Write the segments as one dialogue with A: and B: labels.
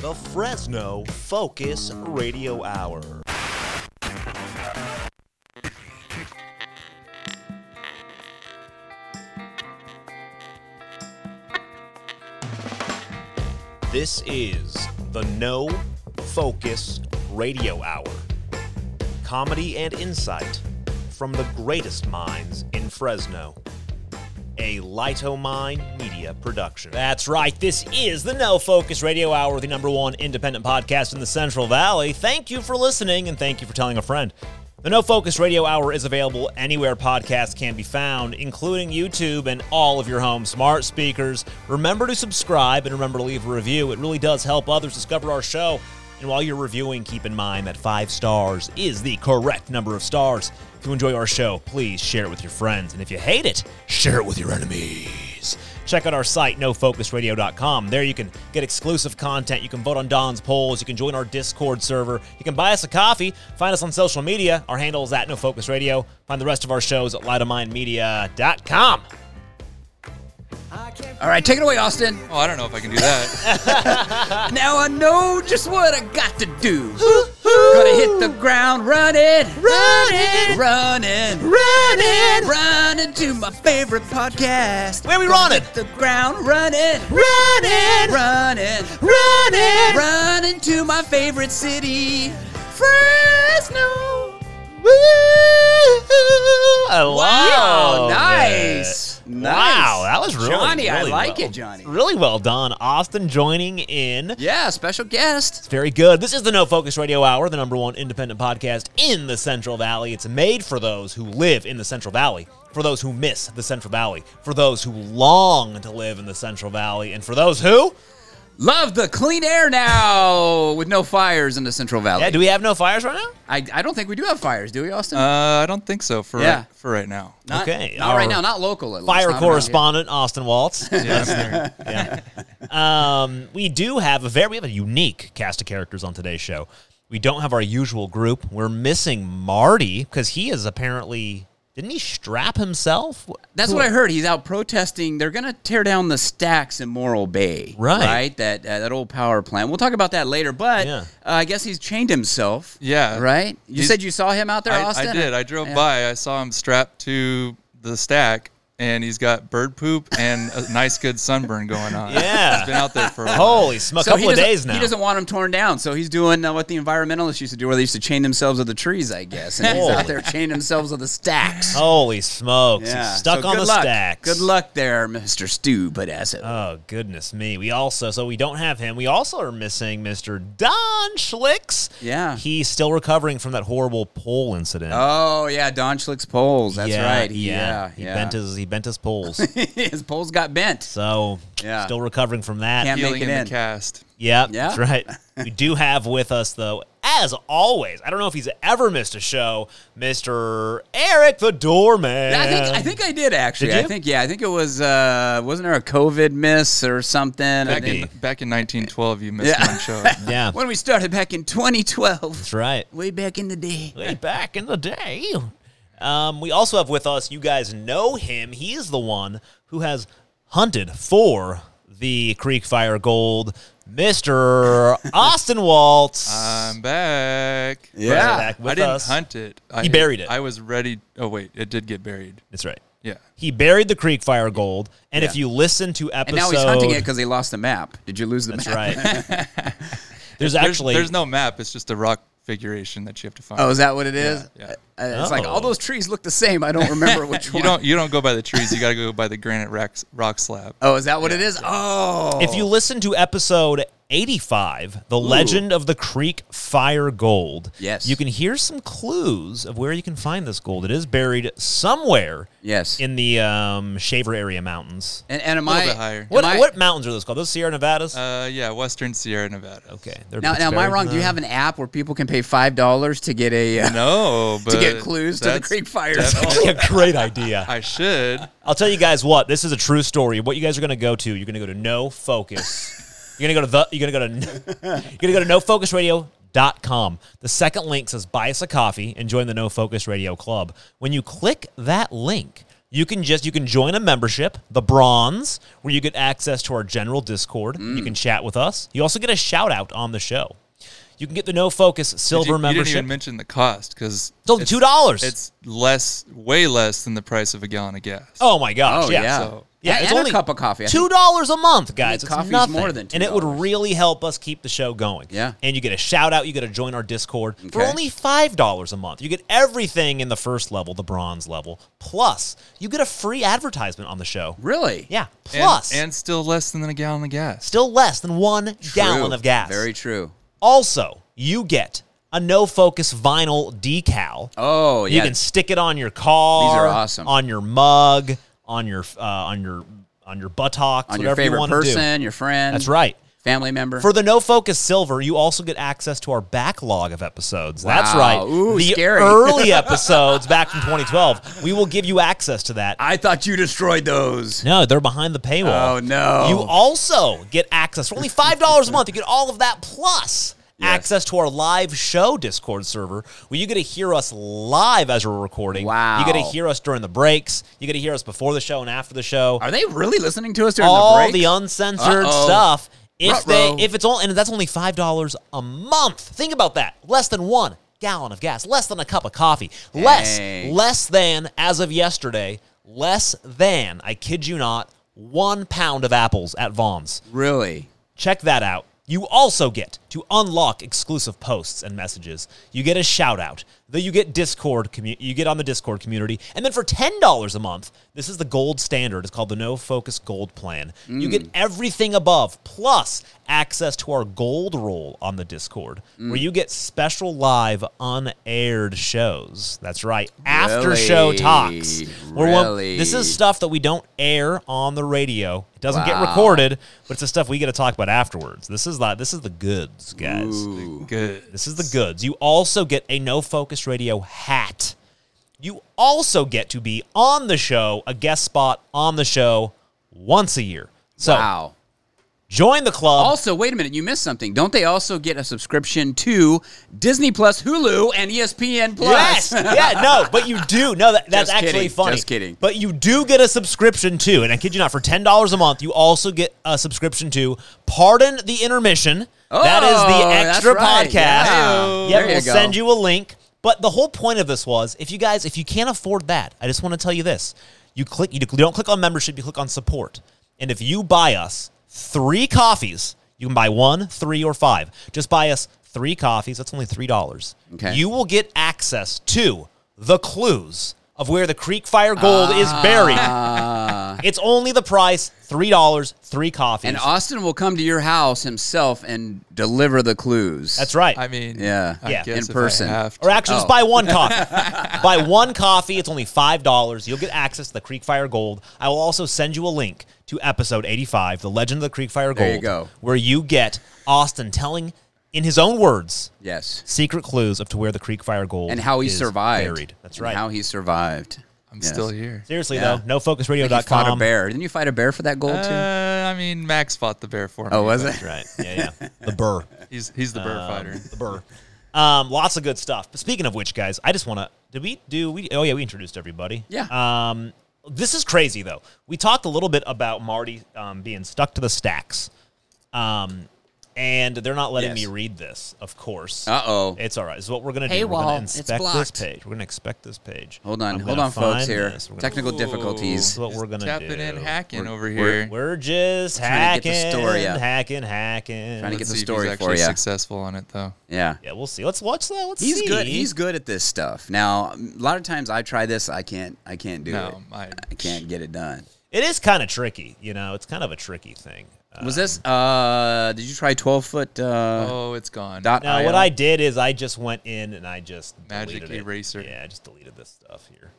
A: the Fresno Focus Radio Hour. This is the No Focus Radio Hour. Comedy and insight from the greatest minds in Fresno. A Lightomine Media production.
B: That's right. This is the No Focus Radio Hour, the number one independent podcast in the Central Valley. Thank you for listening and thank you for telling a friend. The No Focus Radio Hour is available anywhere podcasts can be found, including YouTube and all of your home smart speakers. Remember to subscribe and remember to leave a review. It really does help others discover our show. And while you're reviewing, keep in mind that five stars is the correct number of stars. If you enjoy our show, please share it with your friends. And if you hate it, share it with your enemies. Check out our site, nofocusradio.com. There you can get exclusive content. You can vote on Don's polls. You can join our Discord server. You can buy us a coffee. Find us on social media. Our handle is at nofocusradio. Find the rest of our shows at lightofmindmedia.com.
C: All right, take it away, Austin.
D: Oh, I don't know if I can do that.
C: Now I know just what I got to do. Gotta hit the ground running, running, running, running, running to my favorite podcast.
B: Where we running?
C: Hit the ground running, running, running, running, running to my favorite city, Fresno.
B: I
C: Wow,
B: love
C: nice,
B: it.
C: nice.
B: Wow, that was really
C: Johnny. I
B: really
C: like
B: well-
C: it, Johnny.
B: Really well done. Austin joining in.
C: Yeah, special guest.
B: It's very good. This is the No Focus Radio Hour, the number one independent podcast in the Central Valley. It's made for those who live in the Central Valley, for those who miss the Central Valley, for those who long to live in the Central Valley, and for those who.
C: Love the clean air now with no fires in the Central Valley.
B: Yeah, do we have no fires right now?
C: I, I don't think we do have fires, do we, Austin?
D: Uh, I don't think so for
C: Yeah.
D: for right now.
C: not,
B: okay,
C: Not right
B: our
C: now, not local. At least,
B: Fire
C: not around here.
B: correspondent Austin Waltz.
D: Yeah.
B: yeah. Um, we do have a very we have a unique cast of characters on today's show. We don't have our usual group. We're missing Marty because he is apparently didn't he strap himself?
C: That's what I heard. He's out protesting. They're going to tear down the stacks in Morro Bay.
B: Right.
C: Right? That, uh, that old power plant. We'll talk about that later, but
B: Yeah.
C: uh, I guess he's chained himself.
D: Yeah.
C: Right? You
D: He's-
C: said you saw him out there,
D: I,
C: Austin?
D: I did. I drove
C: Yeah.
D: by. I saw him strapped to the stack, and he's got bird poop and a nice good sunburn going on.
B: Yeah.
D: he's been out there for
C: Oh,
D: a while.
B: Holy sm- a
C: So he
B: couple of
C: doesn't-
B: days now.
C: He doesn't want them torn down, so he's doing uh, what the environmentalists used to do, where they used to chain themselves to the trees, I guess. And he's
B: Holy. Oh,
C: out there chaining themselves to the stacks.
B: Holy smokes!
C: Yeah.
B: He's stuck
C: So
B: on
C: good
B: the
C: luck.
B: stacks.
C: Good luck there, Mr. Stu Pedasso.
B: Oh goodness me! We also so we don't have him. We also are missing Mr. Don Schlicks.
C: Yeah.
B: he's still recovering from that horrible pole incident.
C: oh, yeah, Don Schlick's poles. That's
B: Yeah,
C: right. He, yeah,
B: he
C: yeah.
B: bent his he bent his poles.
C: his poles got bent.
B: so
C: Yeah.
B: still recovering from that.
C: Can't
D: healing
C: Make it
D: in the
C: in.
D: cast.
B: Yep,
C: Yeah.
B: that's right. We do have with us, though, as always, I don't know if he's ever missed a show, Mr. Eric the Doorman.
C: I think I think I did actually.
B: Did you?
C: I think yeah. I think it was uh, wasn't there a COVID miss or something? I
D: Back
C: think,
D: in, back in 1912, you missed
C: Yeah.
D: one show.
B: Yeah,
C: when we started back in 2012,
B: that's right.
C: way back in the day.
B: Way back in the day. Um, we also have with us, you guys know him. He is the one who has hunted for the Creek Fire Gold, Mr. Austin Waltz.
D: I'm back.
C: Um, Yeah.
B: back with
D: I didn't
B: us.
D: hunt it. I,
B: He buried it.
D: I was ready. Oh wait, it did get buried.
B: That's right.
D: Yeah.
B: He buried the Creek Fire Gold, and if you listen to
C: And
B: episode,
C: now he's hunting it because he lost the map. Did you lose the
B: That's
C: map?
B: right. There's
D: There's,
B: actually
D: there's no map. It's just a rock figuration that you have to find.
C: Oh, is that what it is?
D: Yeah,
C: Uh, it's like
B: Oh.
C: all those trees look the same. I don't remember which
D: you
C: one.
D: don't you don't go by the trees. You got to go by the granite rock rock slab.
C: oh, is that what it is? Oh,
B: If you listen to episode 85, The Legend of the Creek Fire Gold,
C: Yes.
B: you can hear some clues of where you can find this gold. It is buried somewhere
C: yes.
B: in the um, Shaver area mountains.
C: and, and am
D: little
C: I?
D: bit higher.
C: am
B: What,
C: I-
B: what mountains are those called? Those Sierra Nevadas?
D: Uh, yeah, Western Sierra Nevada.
B: okay. they're-
C: Now,
B: it's
C: now am I
B: buried
C: wrong?
B: in
C: Do you
B: the-
C: have an app where people can pay five dollars to get a uh,
D: No, but
C: to get clues to the
D: that's-
C: Creek Fire?
D: that's-
C: Gold?
B: That'd be a Oh, great idea.
D: I should.
B: I'll tell you guys what. This is a true story. What you guys are going to go to? You're going to go to No Focus. you're going to go to the. You're going to go to. You're going to go to nofocusradio.com. The second link says buy us a coffee and join the No Focus Radio Club. When you click that link, You can just you can join a membership, the bronze, where you get access to our general Discord. You
D: Mm.
B: can chat with us. You also get a shout out on the show. You can get the No Focus
D: Did
B: silver
D: you, You
B: membership.
D: didn't even mention the cost because
B: It's only $2.
D: It's less, way less than the price of a gallon of gas.
B: oh my gosh!
C: Oh,
B: yeah.
C: yeah.
D: so-
B: Yeah,
C: And-
B: it's
C: and a
B: only
C: cup of coffee. I
B: Two dollars a month, guys. It's
C: coffee's
B: nothing.
C: more than
B: and it would
C: $2.
B: really help us keep the show going.
C: Yeah.
B: and you get a shout out. You get to join our Discord for
C: Okay.
B: only five dollars a month. You get everything in the first level, the bronze level. Plus, you get a free advertisement on the show.
C: Really?
B: Yeah.
D: And,
B: Plus,
D: and still less than a gallon of gas.
B: still less than one gallon
C: True.
B: of gas.
C: Very true.
B: also, you get a no focus vinyl decal.
C: Oh,
B: You
C: yeah.
B: can stick it on your car.
C: These are awesome.
B: On your mug, on your uh, on your on your buttocks,
C: on your
B: whatever you
C: favorite
B: want to do.
C: person, your friend.
B: That's right.
C: Family member.
B: For the No Focus Silver, you also get access to our backlog of episodes. That's
C: Wow.
B: right.
C: Ooh,
B: the
C: scary.
B: early episodes back from 2012. We will give you access to that.
C: I thought you destroyed those.
B: No, they're behind the paywall.
C: Oh, no.
B: You also get access for only five dollars a month. You get all of that plus
C: Yes.
B: access to our live show Discord server, where you get to hear us live as we're recording.
C: Wow.
B: You get to hear us during the breaks. You get to hear us before the show and after the show.
C: Are they really listening to us during
B: all
C: the break?
B: uncensored
C: Uh-oh.
B: stuff. If
C: Ruh-roh.
B: they, if it's all, and that's only five dollars a month. Think about that. Less than one gallon of gas. Less than a cup of coffee. Less,
C: Dang.
B: less than as of yesterday. Less than I kid you not, one pound of apples at Vaughn's.
C: really?
B: Check that out. You also get to unlock exclusive posts and messages. You get a shout out. Then you get Discord commu- you get on the Discord community. And then for $10 a month, this is the gold standard. It's called the No Focus Gold plan. You get everything above plus access to our gold roll on the Discord where you get special live unaired shows. That's right. After show
C: Really?
B: talks. Where we'll- this
C: Really?
B: is stuff that we don't air on the radio. It doesn't get
C: Wow.
B: recorded, but it's the stuff we get to talk about afterwards. This is like this is the goods, guys.
C: Ooh.
D: Good.
B: This is the goods. You also get a No Focus Radio hat. You also get to be on the show, a guest spot on the show once a year. So
C: Wow.
B: join the club.
C: Also, wait a minute. You missed something. Don't they also get a subscription to Disney Plus, Hulu, and E ESPN Plus?
B: Yes. yeah. No. But you do. No. That, that's
C: Just
B: actually
C: kidding,
B: funny.
C: just kidding.
B: But you do get a subscription too, and I kid you not, for ten dollars a month, you also get a subscription to Pardon the Intermission. that is
C: Oh,
B: the
C: that's
B: extra
C: right.
B: podcast.
C: Yeah.
B: Yep,
C: There you
B: we'll
C: go.
B: send you a link. But the whole point of this was, if you guys, if you can't afford that, I just want to tell you this: you click, you don't click on membership, you click on support. And if you buy us three coffees, you can buy one, three, or five. Just buy us three coffees. That's only three dollars.
C: Okay.
B: You will get access to the clues of where the Creek Fire gold is buried. It's only the price three dollars, three coffees.
C: Ah. And Austin will come to your house himself and deliver the clues.
B: That's right.
D: I mean,
C: Yeah.
D: I
B: Yeah.
D: guess
B: In
D: if I
C: person.
D: have to-
B: Or actually, just
C: Oh.
B: buy one coffee. buy one coffee. It's only five dollars. You'll get access to the Creek Fire Gold. I will also send you a link to episode eighty-five, "The Legend of the Creek Fire Gold,"
C: There you go.
B: where you get Austin telling, in his own words,
C: Yes.
B: secret clues of to where the Creek Fire Gold
C: And how he
B: is
C: survived.
B: Buried. That's
C: And
B: right.
C: How he survived.
D: I'm
C: Yes.
D: still here.
B: Seriously
C: Yeah.
B: though, nofocusradio.com.
C: You fought a bear. Didn't you fight a bear for that goal too?
D: Uh, I mean, Max fought the bear for me.
C: oh, was
D: but
C: it?
B: Right. Yeah, yeah. The burr.
D: He's he's the bear fighter.
B: The burr. Um, lots of good stuff. But speaking of which, guys, I just want to. Did we do? We oh yeah, we introduced everybody.
C: Yeah.
B: Um, this is crazy though. We talked a little bit about Marty um, being stuck to the stacks, um, and they're not letting
C: Yes. Uh.
B: me read this. Of course.
C: Uh-oh.
B: It's all right. It's what we're gonna do.
C: Hey,
B: we're gonna
C: wall. It's
B: inspect this
C: blocked.
B: page. We're gonna expect this page.
C: Hold on,
B: I'm
C: hold
B: gonna
C: on, folks.
B: find
C: Here,
B: this. We're gonna-
C: technical
B: This is
C: difficulties.
B: what we're gonna
D: Tapping
B: do.
D: in, hacking over
C: we're-
D: here.
B: We're just
C: Trying to
B: hacking,
C: get the story up.
B: hacking, hacking.
C: Trying to get
D: Let's
C: the
D: see if
C: story
D: he's
C: for
D: actually
C: ya.
D: Successful on it though.
C: Yeah,
B: yeah, we'll see. Let's watch that. Let's
C: he's
B: see.
C: good. He's good at this stuff. Now, a lot of times I try this, I can't, I can't do it.
D: No, I,
C: I can't get it done.
B: It is kind of tricky, you know. It's kind of a tricky thing. Uh,
C: Was this? uh Did you try twelve foot? Uh,
D: Oh, it's gone.
C: dot
B: now,
C: IO?
B: what I did is I just went in and I just
D: Magic
B: deleted it.
D: eraser.
B: Yeah, I just deleted this stuff here.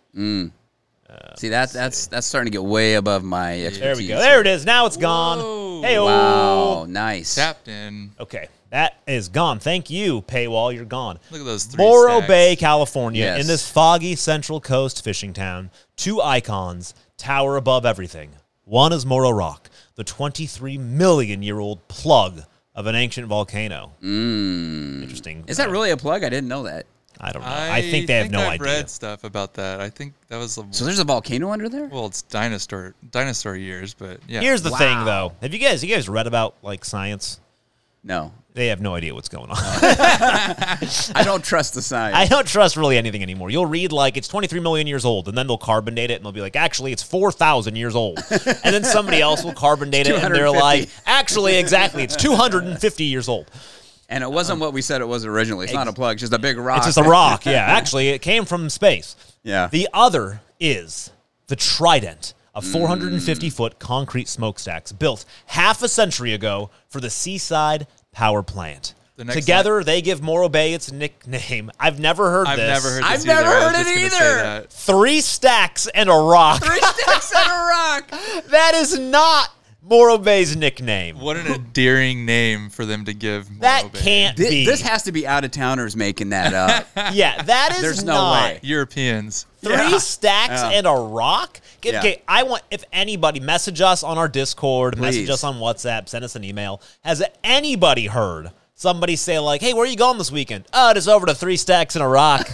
C: see that that's that's starting to get way above my expertise.
B: There we go. There it is. Now it's gone.
D: Whoa.
B: Hey,
C: Wow, nice.
D: Tapped in.
B: Okay, that is gone. Thank you, paywall. You're gone.
D: Look at those three.
B: Morro
D: stacks.
B: Bay, California,
C: Yes.
B: in this foggy Central Coast fishing town, two icons tower above everything. One is Morro Rock, the 23 million year old plug of an ancient volcano. Interesting.
C: Is that
B: uh,
C: really a plug? I didn't know that.
B: I don't know. I, think they have no
D: I've
B: idea.
D: read stuff about that. I think that was the
C: So there's a volcano under there?
D: well, it's dinosaur dinosaur years, but yeah.
B: Here's the
C: Wow.
B: thing, though. Have you guys you guys read about like science?
C: No.
B: They have no idea what's going on.
C: I don't trust the science.
B: I don't trust really anything anymore. You'll read like it's 23 million years old, and then they'll carbon date it, and they'll be like, actually, it's 4,000 years old. and then somebody else will carbon date it, and they're
C: 250.
B: like, actually, exactly, it's 250 years old.
C: and it wasn't what we said it was originally. It's not a plug, it's just a big rock.
B: It's just a rock. Yeah, actually, it came from space.
C: Yeah.
B: The other is the Trident, a 450 foot concrete smokestacks built half a century ago for the Seaside Power Plant.
D: The next
B: Together, they give Morro Bay its nickname. I've never heard
D: I've
B: this.
D: never heard. This
C: I've
D: either.
C: never
D: I was
C: heard
D: just
C: it
D: gonna say
C: either.
D: that.
B: Three stacks and a rock.
C: Three sticks on a rock.
B: That is not Morro Bay's nickname.
D: What an endearing name for them to give. Morro
B: That
D: Bay.
B: can't
C: Thi-
B: be.
C: This has to be out of towners making that up.
B: yeah, that is
C: There's no
B: not.
C: way.
D: Europeans.
B: Three
C: Yeah.
B: stacks
C: Yeah.
B: and a rock? Okay,
C: Yeah.
B: okay, I want, if anybody, message us on our Discord, message
C: Please.
B: us on WhatsApp, send us an email. Has anybody heard somebody say, like, hey, where are you going this weekend? Oh, just over to Three Stacks and a Rock.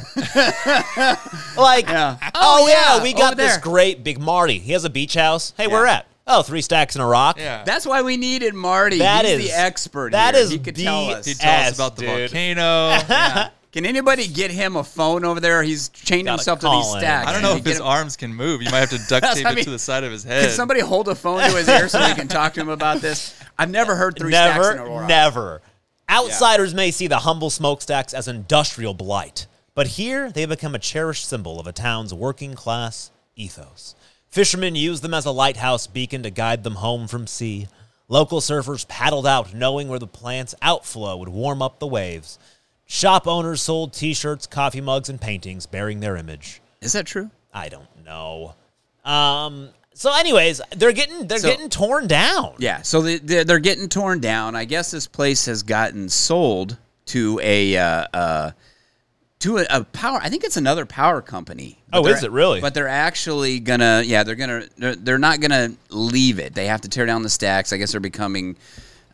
B: like,
C: Yeah.
B: oh,
C: Oh,
B: yeah,
C: yeah,
B: we got
C: over
B: this
C: there.
B: great big Marty. He has a beach house. Hey, where
C: Yeah.
B: at? Oh, Three Stacks and a Rock.
D: Yeah.
C: That's why we needed Marty.
B: That
C: He's
B: is-
C: the expert.
B: that
C: here.
B: is
C: he could
B: the-
C: tell us.
D: He tells
B: ass,
D: us about the
B: dude.
D: volcano.
C: Can anybody get him a phone over there? He's chained
B: Gotta
C: himself to
B: call
C: these
B: him.
C: stacks.
D: I don't know
C: Can
D: if
C: we
D: his
C: get him-
D: arms can move. You might have to duct
C: That's
D: tape
C: what I
D: it to
C: mean.
D: the side of his head.
C: Can somebody hold a phone to his ear so they can talk to him about this? I've never heard three stacks in a
B: never,
C: row.
B: never. Outsiders may see the humble smokestacks as industrial blight, but here they become a cherished symbol of a town's working class ethos. Fishermen used them as a lighthouse beacon to guide them home from sea. Local surfers paddled out, knowing where the plant's outflow would warm up the waves. Shop owners sold t shirts, coffee mugs, and paintings bearing their image.
C: Is that true?
B: I don't know. Um, so, anyways, they're getting they're
C: So-
B: getting torn down.
C: Yeah. So they, they're, they're getting torn down. I guess this place has gotten sold to a uh, uh, to a, a power. I think it's another power company.
B: Oh,
C: they're-
B: is it really?
C: But they're actually gonna. Yeah, they're gonna. They're, they're not gonna leave it. They have to tear down the stacks. I guess they're becoming.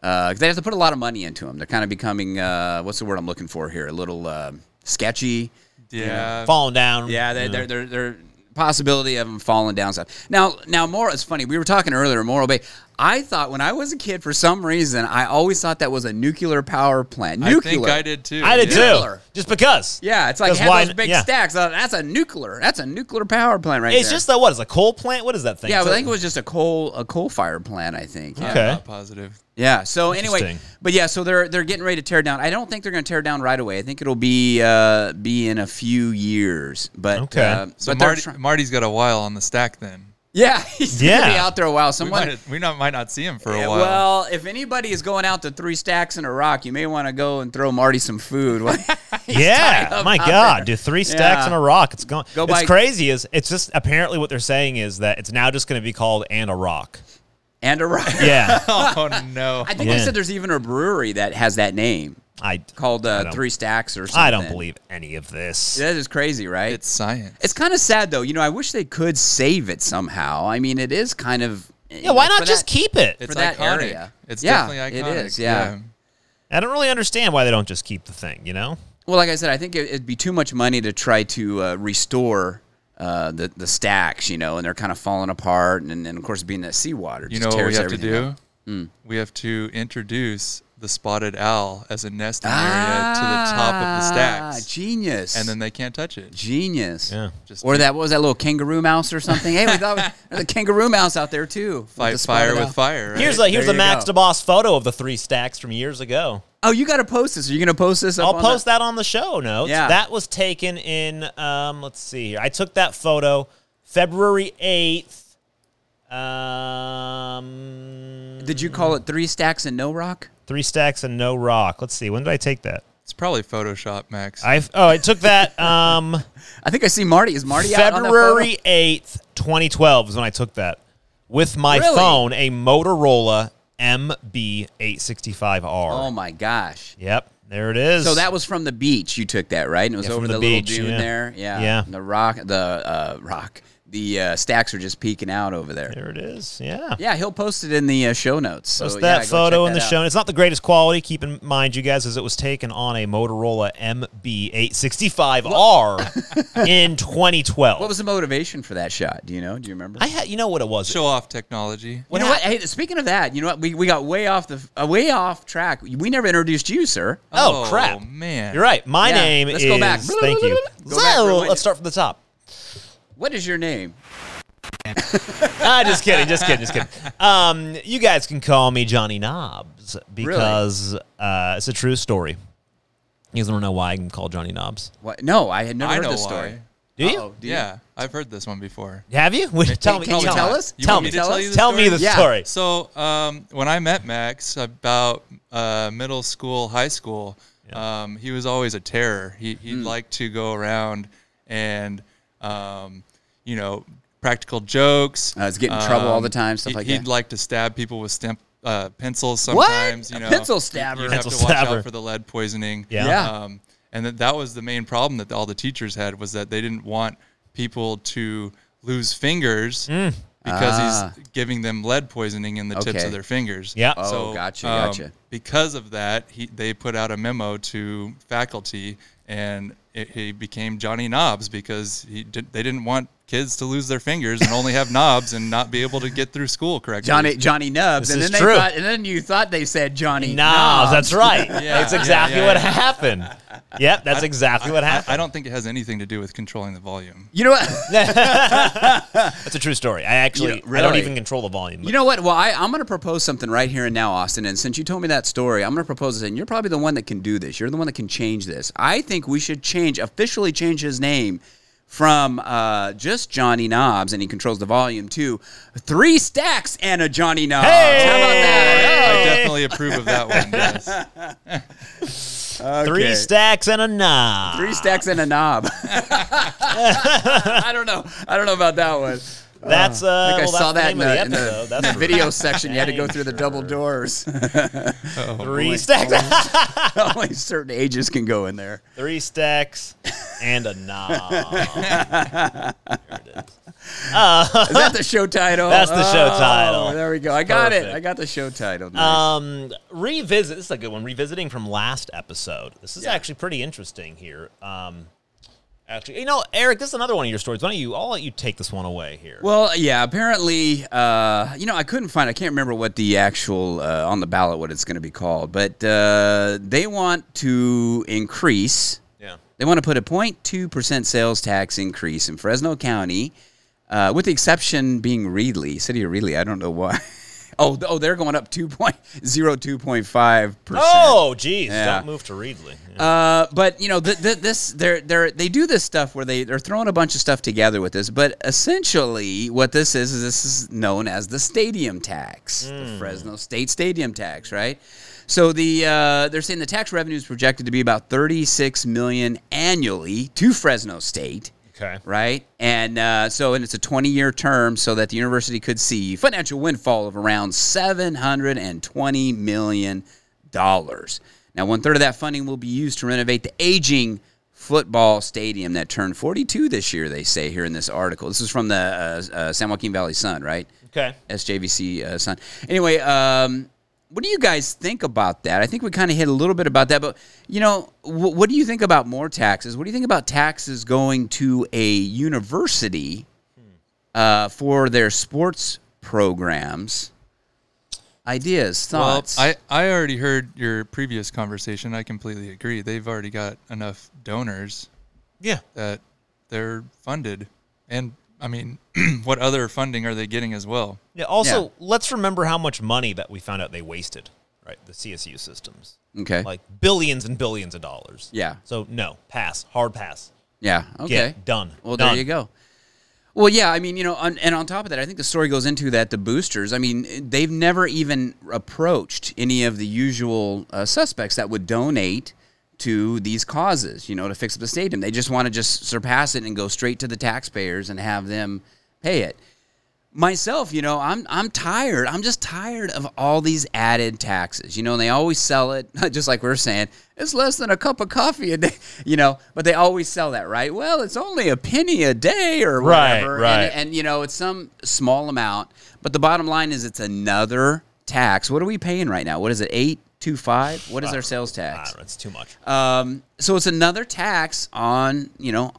C: Uh, they have to put a lot of money into them. They're kind of becoming. Uh, what's the word I'm looking for here? A little uh, sketchy.
D: Yeah.
B: falling down.
C: Yeah, they, they're they're they're possibility of them falling down stuff. Now now Morro it's funny. We were talking earlier Morro Bay. I thought when I was a kid for some reason I always thought that was a nuclear power plant.
D: I
C: Nuclear.
D: think I did too.
B: I did
D: yeah.
B: too. Just because.
C: Yeah, it's like
B: 'Cause
C: had
B: why-
C: those big
B: yeah.
C: stacks. Uh, that's a nuclear. That's a nuclear power plant right
B: It's
C: there.
B: just that what is a coal plant? What is that thing?
C: yeah,
B: It's
C: I
B: a-
C: think it was just a coal a coal fire plant. I think. Yeah.
D: I'm
B: Okay.
D: not positive.
C: Yeah. So anyway,
B: Interesting.
C: but yeah, so they're they're getting ready to tear down. I don't think they're going to tear down right away. I think it'll be uh, be in a few years. But
B: Okay.
C: uh,
D: So
C: but they're
D: Marty,
C: try-
D: Marty's got a while on the stack then.
C: yeah, he's
B: Yeah.
C: gonna be out there a while.
D: We,
C: Someone
D: might, we not, might not see him for
C: Yeah,
D: a while.
C: Well, if anybody is going out to three stacks and a rock, you may want to go and throw Marty some food.
B: yeah,
C: up
B: my
C: out
B: God,
C: there.
B: dude, three stacks
C: Yeah.
B: and a rock. It's going.
C: Go
B: it's
C: buy-
B: crazy. Is it's just apparently what they're saying is that it's now just going to be called and a rock.
C: and a rock.
B: Yeah,
D: oh no.
C: I think
B: Yeah.
C: they said there's even a brewery that has that name
B: I
C: called
B: I
C: uh,
B: don't-
C: Three Stacks or something.
B: I don't believe any of this.
C: that is crazy, right?
D: it's science.
C: It's kind of sad though. You know, I wish they could save it somehow. I mean, it is kind of eh,
B: Yeah, why not just keep it?
D: it's
C: for that
D: iconic.
C: area.
D: It's
C: Yeah,
D: definitely
C: it
D: iconic.
C: is, yeah.
B: I don't really understand why they don't just keep the thing. You know,
C: Well, like I said, I think it, it'd be too much money to try to uh, restore. Uh, the the stacks, you know, and they're kind of falling apart, and, and of course being that seawater.
D: You
C: just
D: know what we
C: tears
D: have to
C: everything
D: do?
C: up. Mm.
D: We have to introduce the spotted owl as a nesting area to the top
C: Ah,
D: of the stacks.
C: Genius.
D: And then they can't touch it.
C: genius.
B: Yeah.
D: Just
C: or that what was that little kangaroo mouse or something? Hey, we thought there's a kangaroo mouse out there too. with
D: Fight
C: the
D: fire
C: spotted
D: with
C: owl.
D: fire. Right?
B: here's a here's
C: There
B: a
C: you
B: Max
C: go.
B: DeBoss photo of the three stacks from years ago.
C: Oh, you got to post this. Are you gonna post this? Up
B: I'll
C: on
B: post
C: the-
B: that on the show notes.
C: Yeah.
B: That was taken in, um, let's see here. I took that photo February 8th. Um,
C: Did you call it three stacks and no rock?
B: three stacks and no rock. Let's see. When did I take that?
D: It's probably Photoshop, Max.
B: I Oh, I took that um,
C: I think I see Marty. Is Marty out on that photo?
B: February 8th, 2012 is when I took that with my
C: Really?
B: phone, a Motorola MB865R.
C: Oh my gosh!
B: Yep. There it is.
C: So that was from the beach. You took that right, and it was
B: Yeah, from
C: over
B: the
C: the,
B: beach,
C: little dune
B: yeah.
C: there. Yeah,
B: Yeah.
C: The rock, the uh, rock, the uh, stacks are just peeking out over there.
B: There it is. Yeah.
C: Yeah, he'll post it in the uh, show notes. So
B: Post
C: yeah,
B: that
C: go
B: photo
C: check
B: in the
C: that out.
B: show. It's not the greatest quality, keep in mind, you guys, as it was taken on a Motorola MB865R in 2012.
C: What was the motivation for that shot? Do you know? Do you remember?
B: I had, you know what it was.
D: Show off technology.
C: you know what? Hey, speaking of that, you know what? We, we got way off the uh, way off track. We never introduced you, sir.
B: Oh, crap.
D: man.
B: You're right. My
C: Yeah,
B: name
C: let's
B: is.
C: go back.
B: Thank you.
C: Go back,
B: so
C: rewind
B: let's
C: it.
B: start from the top.
C: What is your name?
B: ah, just kidding, just kidding, just kidding. Um, you guys can call me Johnny Knobs because uh, it's a true story. You guys don't know why I can call Johnny Knobs.
C: What? No, I had never
D: I
C: heard
D: know
C: this story.
D: why.
B: Do you?
C: Uh-oh, do you?
D: Yeah, I've heard this one before.
B: Have you? Would you tell me?
C: can you
B: tell,
C: tell
B: me.
C: us?
D: You
B: Tell
D: want
B: me.
D: me to tell you the
B: Tell me
D: story?
B: the
C: Yeah.
B: story.
D: So um, when I met Max about uh, middle school, high school, um, he was always a terror. He he
C: Hmm.
D: liked to go around and um, you know practical jokes. um,
C: Uh, he's getting in trouble all the time, stuff
D: he-
C: like
D: he'd
C: that.
D: like to stab people with stamp uh, pencils
C: What?
D: sometimes.
C: A
D: You know,
C: pencil stabber.
D: You,
B: Pencil
D: have to watch
B: stabber.
D: out for the lead poisoning.
B: Yeah.
C: Yeah.
D: Um, and that, that was the main problem that all the teachers had was that they didn't want people to lose fingers
B: Hmm.
D: because
C: Ah.
D: he's giving them lead poisoning in the tips
C: Okay.
D: of their fingers.
B: Yeah.
C: Oh,
D: So,
C: gotcha,
D: um,
C: gotcha.
D: Because of that, he, they put out a memo to faculty, and it, he became Johnny Knobs because he did, they didn't want kids to lose their fingers and only have knobs and not be able to get through school correctly.
C: Johnny Johnny Nubs,
B: This
C: and
B: is
C: then they
B: true.
C: thought, and then you thought they said Johnny
B: Knobs.
C: Knobs.
B: That's right.
D: Yeah,
B: that's
D: yeah,
B: exactly
D: yeah,
B: what
D: yeah.
B: happened. Yep. That's exactly what
D: I,
B: happened.
D: I don't think it has anything to do with controlling the volume.
C: You know what?
B: that's a true story. I actually,
C: You know,
B: I don't
C: really?
B: even control the volume.
C: You know what? Well, I, I'm going to propose something right here and now, Austin. And since you told me that story, I'm going to propose it. And you're probably the one that can do this. You're the one that can change this. I think we should change, officially change his name from uh, just Johnny Knobs, and he controls the volume, to Three Stacks and a Johnny Knobs. How about that?
D: I
B: Hey!
D: definitely approve of that one. Yes.
B: Three
C: Okay.
B: stacks and a knob.
C: Three Stacks and a Knob. I don't know. I don't know about that one.
B: That's uh.
C: I think
B: well,
C: I saw
B: that's
C: that
B: the
C: in
B: name of the
C: the, in the-
B: episode.
C: in
B: That's
C: the
B: for
C: video section. You had to
B: Dang,
C: go through the
B: sure.
C: double doors.
B: three stacks.
C: Only certain ages can go in there.
B: Three stacks and a knob. There it is. Uh,
C: Is that the show title?
B: That's the show
C: Oh,
B: title.
C: There we go. I got it.
B: Perfect.
C: I got the show title. Nice.
B: um, revisit. This is a good one. Revisiting from last episode. This is actually pretty interesting here. Um, actually, you know, Eric, this is another one of your stories. Why don't you? I'll let you take this one away here.
C: well, yeah. Apparently, uh, you know, I couldn't find. I can't remember what the actual uh, on the ballot what it's going to be called, but uh, they want to increase.
B: yeah.
C: They want to put a 0.2 percent sales tax increase in Fresno County, uh, with the exception being Reedley, City of Reedley. I don't know why. oh, th- oh, they're going up 2.02.5 percent.
B: Oh, geez.
C: Yeah.
B: Don't move to Reedley. Yeah.
C: Uh, but you know, th- th- this they're they're they do this stuff where they they're throwing a bunch of stuff together with this. But essentially, what this is is this is known as the stadium tax, the Fresno State stadium tax, right? So the uh, they're saying the tax revenue is projected to be about thirty six million annually to Fresno State.
B: okay.
C: Right, and uh, so and it's a twenty-year term, so that the university could see financial windfall of around seven hundred and twenty million dollars. Now, one third of that funding will be used to renovate the aging football stadium that turned forty-two this year. They say here in this article. This is from the uh, uh, San Joaquin Valley Sun, right?
B: Okay.
C: SJVC uh, son. Anyway, um, what do you guys think about that? I think we kind of hit a little bit about that, but you know, wh- what do you think about more taxes? What do you think about taxes going to a university uh, for their sports programs? Ideas,
D: Well,
C: thoughts.
D: I, I already heard your previous conversation. I completely agree. They've already got enough donors
B: Yeah.
D: that they're funded. And I mean, what other funding are they getting as well?
B: Yeah. Also,
C: Yeah.
B: let's remember how much money that we found out they wasted. Right. The CSU systems.
C: okay.
B: like billions and billions of dollars.
C: Yeah.
B: So no, pass, hard pass.
C: yeah. Okay.
B: Get done.
C: Well,
B: done.
C: there you go. Well, yeah, I mean, you know, on, and on top of that, I think the story goes into that the boosters. I mean, they've never even approached any of the usual uh, suspects that would donate to these causes, you know, to fix up the stadium. They just want to just surpass it and go straight to the taxpayers and have them pay it. myself, you know, I'm I'm tired. I'm just tired of all these added taxes. You know, and they always sell it, just like we we're saying, it's less than a cup of coffee a day, you know, but they always sell that, right? Well, it's only a penny a day or
B: Right,
C: whatever. and-
B: right.
C: and you know, it's some small amount. But the bottom line is it's another tax. What are we paying right now? What is it? Eight two five? What is our sales
B: I
C: tax?
B: don't know, it's Ah, too much.
C: Um, so it's another tax on you know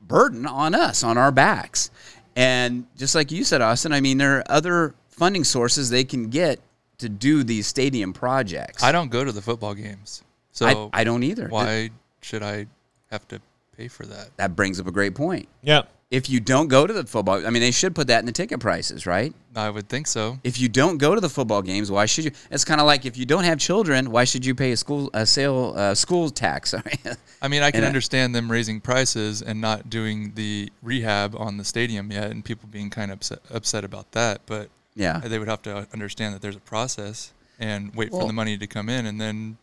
C: burden on us on our backs, and just like you said, Austin. I mean, there are other funding sources they can get to do these stadium projects.
D: I don't go to the football games, so
C: I, I don't either.
D: Why should I have to pay for that?
C: That brings up a great point.
B: yeah.
C: If you don't go to the football, I mean, they should put that in the ticket prices, right?
D: I would think so.
C: If you don't go to the football games, why should you? It's kind of like if you don't have children, why should you pay a school a sale uh, school tax? Sorry.
D: I mean, I can
C: And I-
D: understand them raising prices and not doing the rehab on the stadium yet, and people being kind of upset, upset about that. But
C: Yeah.
D: they would have to understand that there's a process and wait for
C: Well-
D: the money to come in and then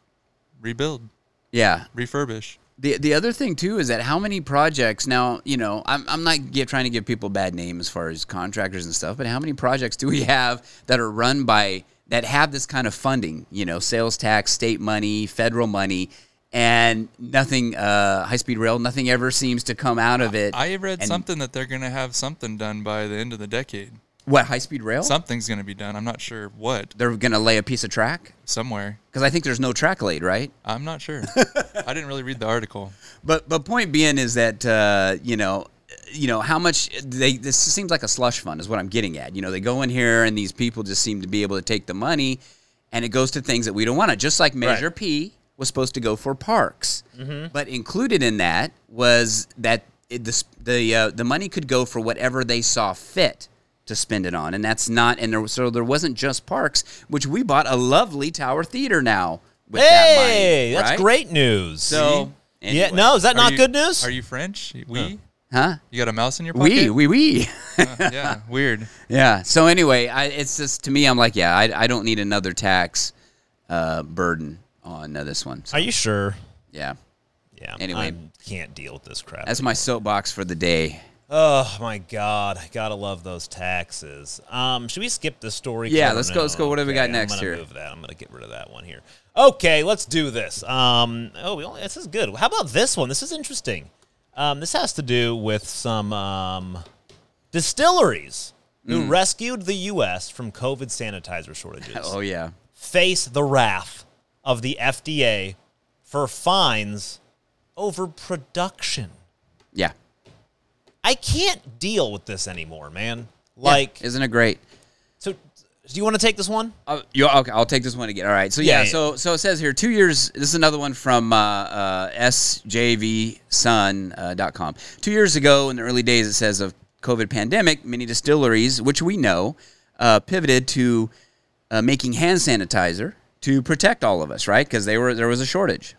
D: rebuild,
C: yeah,
D: refurbish.
C: The the other thing too is that how many projects now you know I'm I'm not get, trying to give people bad name as far as contractors and stuff, but how many projects do we have that are run by that have this kind of funding? You know, sales tax, state money, federal money, and nothing. Uh, high speed rail, nothing ever seems to come out of it.
D: I read
C: And-
D: something that they're going to have something done by the end of the decade.
C: What high speed rail?
D: Something's going to be done. I'm not sure what.
C: They're gonna lay a piece of track
D: Somewhere.
C: because I think there's no track laid, right?
D: I'm not sure. I didn't really read the article.
C: But but point being is that uh, you know you know how much they this seems like a slush fund is what I'm getting at. You know they go in here and these people just seem to be able to take the money, and it goes to things that we don't want to. Just like Measure P was supposed to go for parks,
B: Mm-hmm.
C: but included in that was that it, the sp- the uh, the money could go for whatever they saw fit to spend it on, and that's not and there was, so there wasn't just parks, which we bought a lovely Tower Theater now. With that money,
B: Hey, that's
C: right?
B: great news.
C: So
B: yeah,
C: anyway.
B: no, is that
D: Are
B: not
D: you-
B: good news?
D: Are you French? We?
C: huh?
D: You got a mouse in your pocket?
C: We we we.
D: yeah, weird.
C: Yeah. So anyway, I, it's just to me, I'm like, yeah, I, I don't need another tax uh, burden on uh, this one. So,
B: Are you sure?
C: yeah,
B: Yeah.
C: Anyway.
B: I can't deal with this crap.
C: that's my soapbox for the day.
B: oh my god, I gotta love those taxes. Um, should we skip this story?
C: Yeah,
B: I
C: let's
B: don't
C: go- let's
B: know.
C: go. What do we got
B: I'm
C: next
B: gonna
C: here?
B: Move that. I'm gonna get rid of that one here. Okay, let's do this. Um, oh, we only, this is good. How about this one? This is interesting. Um, this has to do with some um, distilleries
C: Hmm.
B: who rescued the U.S. from COVID sanitizer shortages.
C: Oh yeah,
B: face the wrath of the FDA for fines over production.
C: yeah.
B: I can't deal with this anymore, man. Like,
C: Yeah, isn't it great?
B: so do you want to take this one?
C: Oh, you, okay, I'll take this one again. All right. So
B: Yeah,
C: yeah,
B: yeah.
C: So so it says here two years. This is another one from uh, uh, sjvsun.com. Uh, dot com. two years ago, in the early days, it says of COVID pandemic, many distilleries, which we know, uh, pivoted to uh, making hand sanitizer to protect all of us, right? Because they were there was a shortage.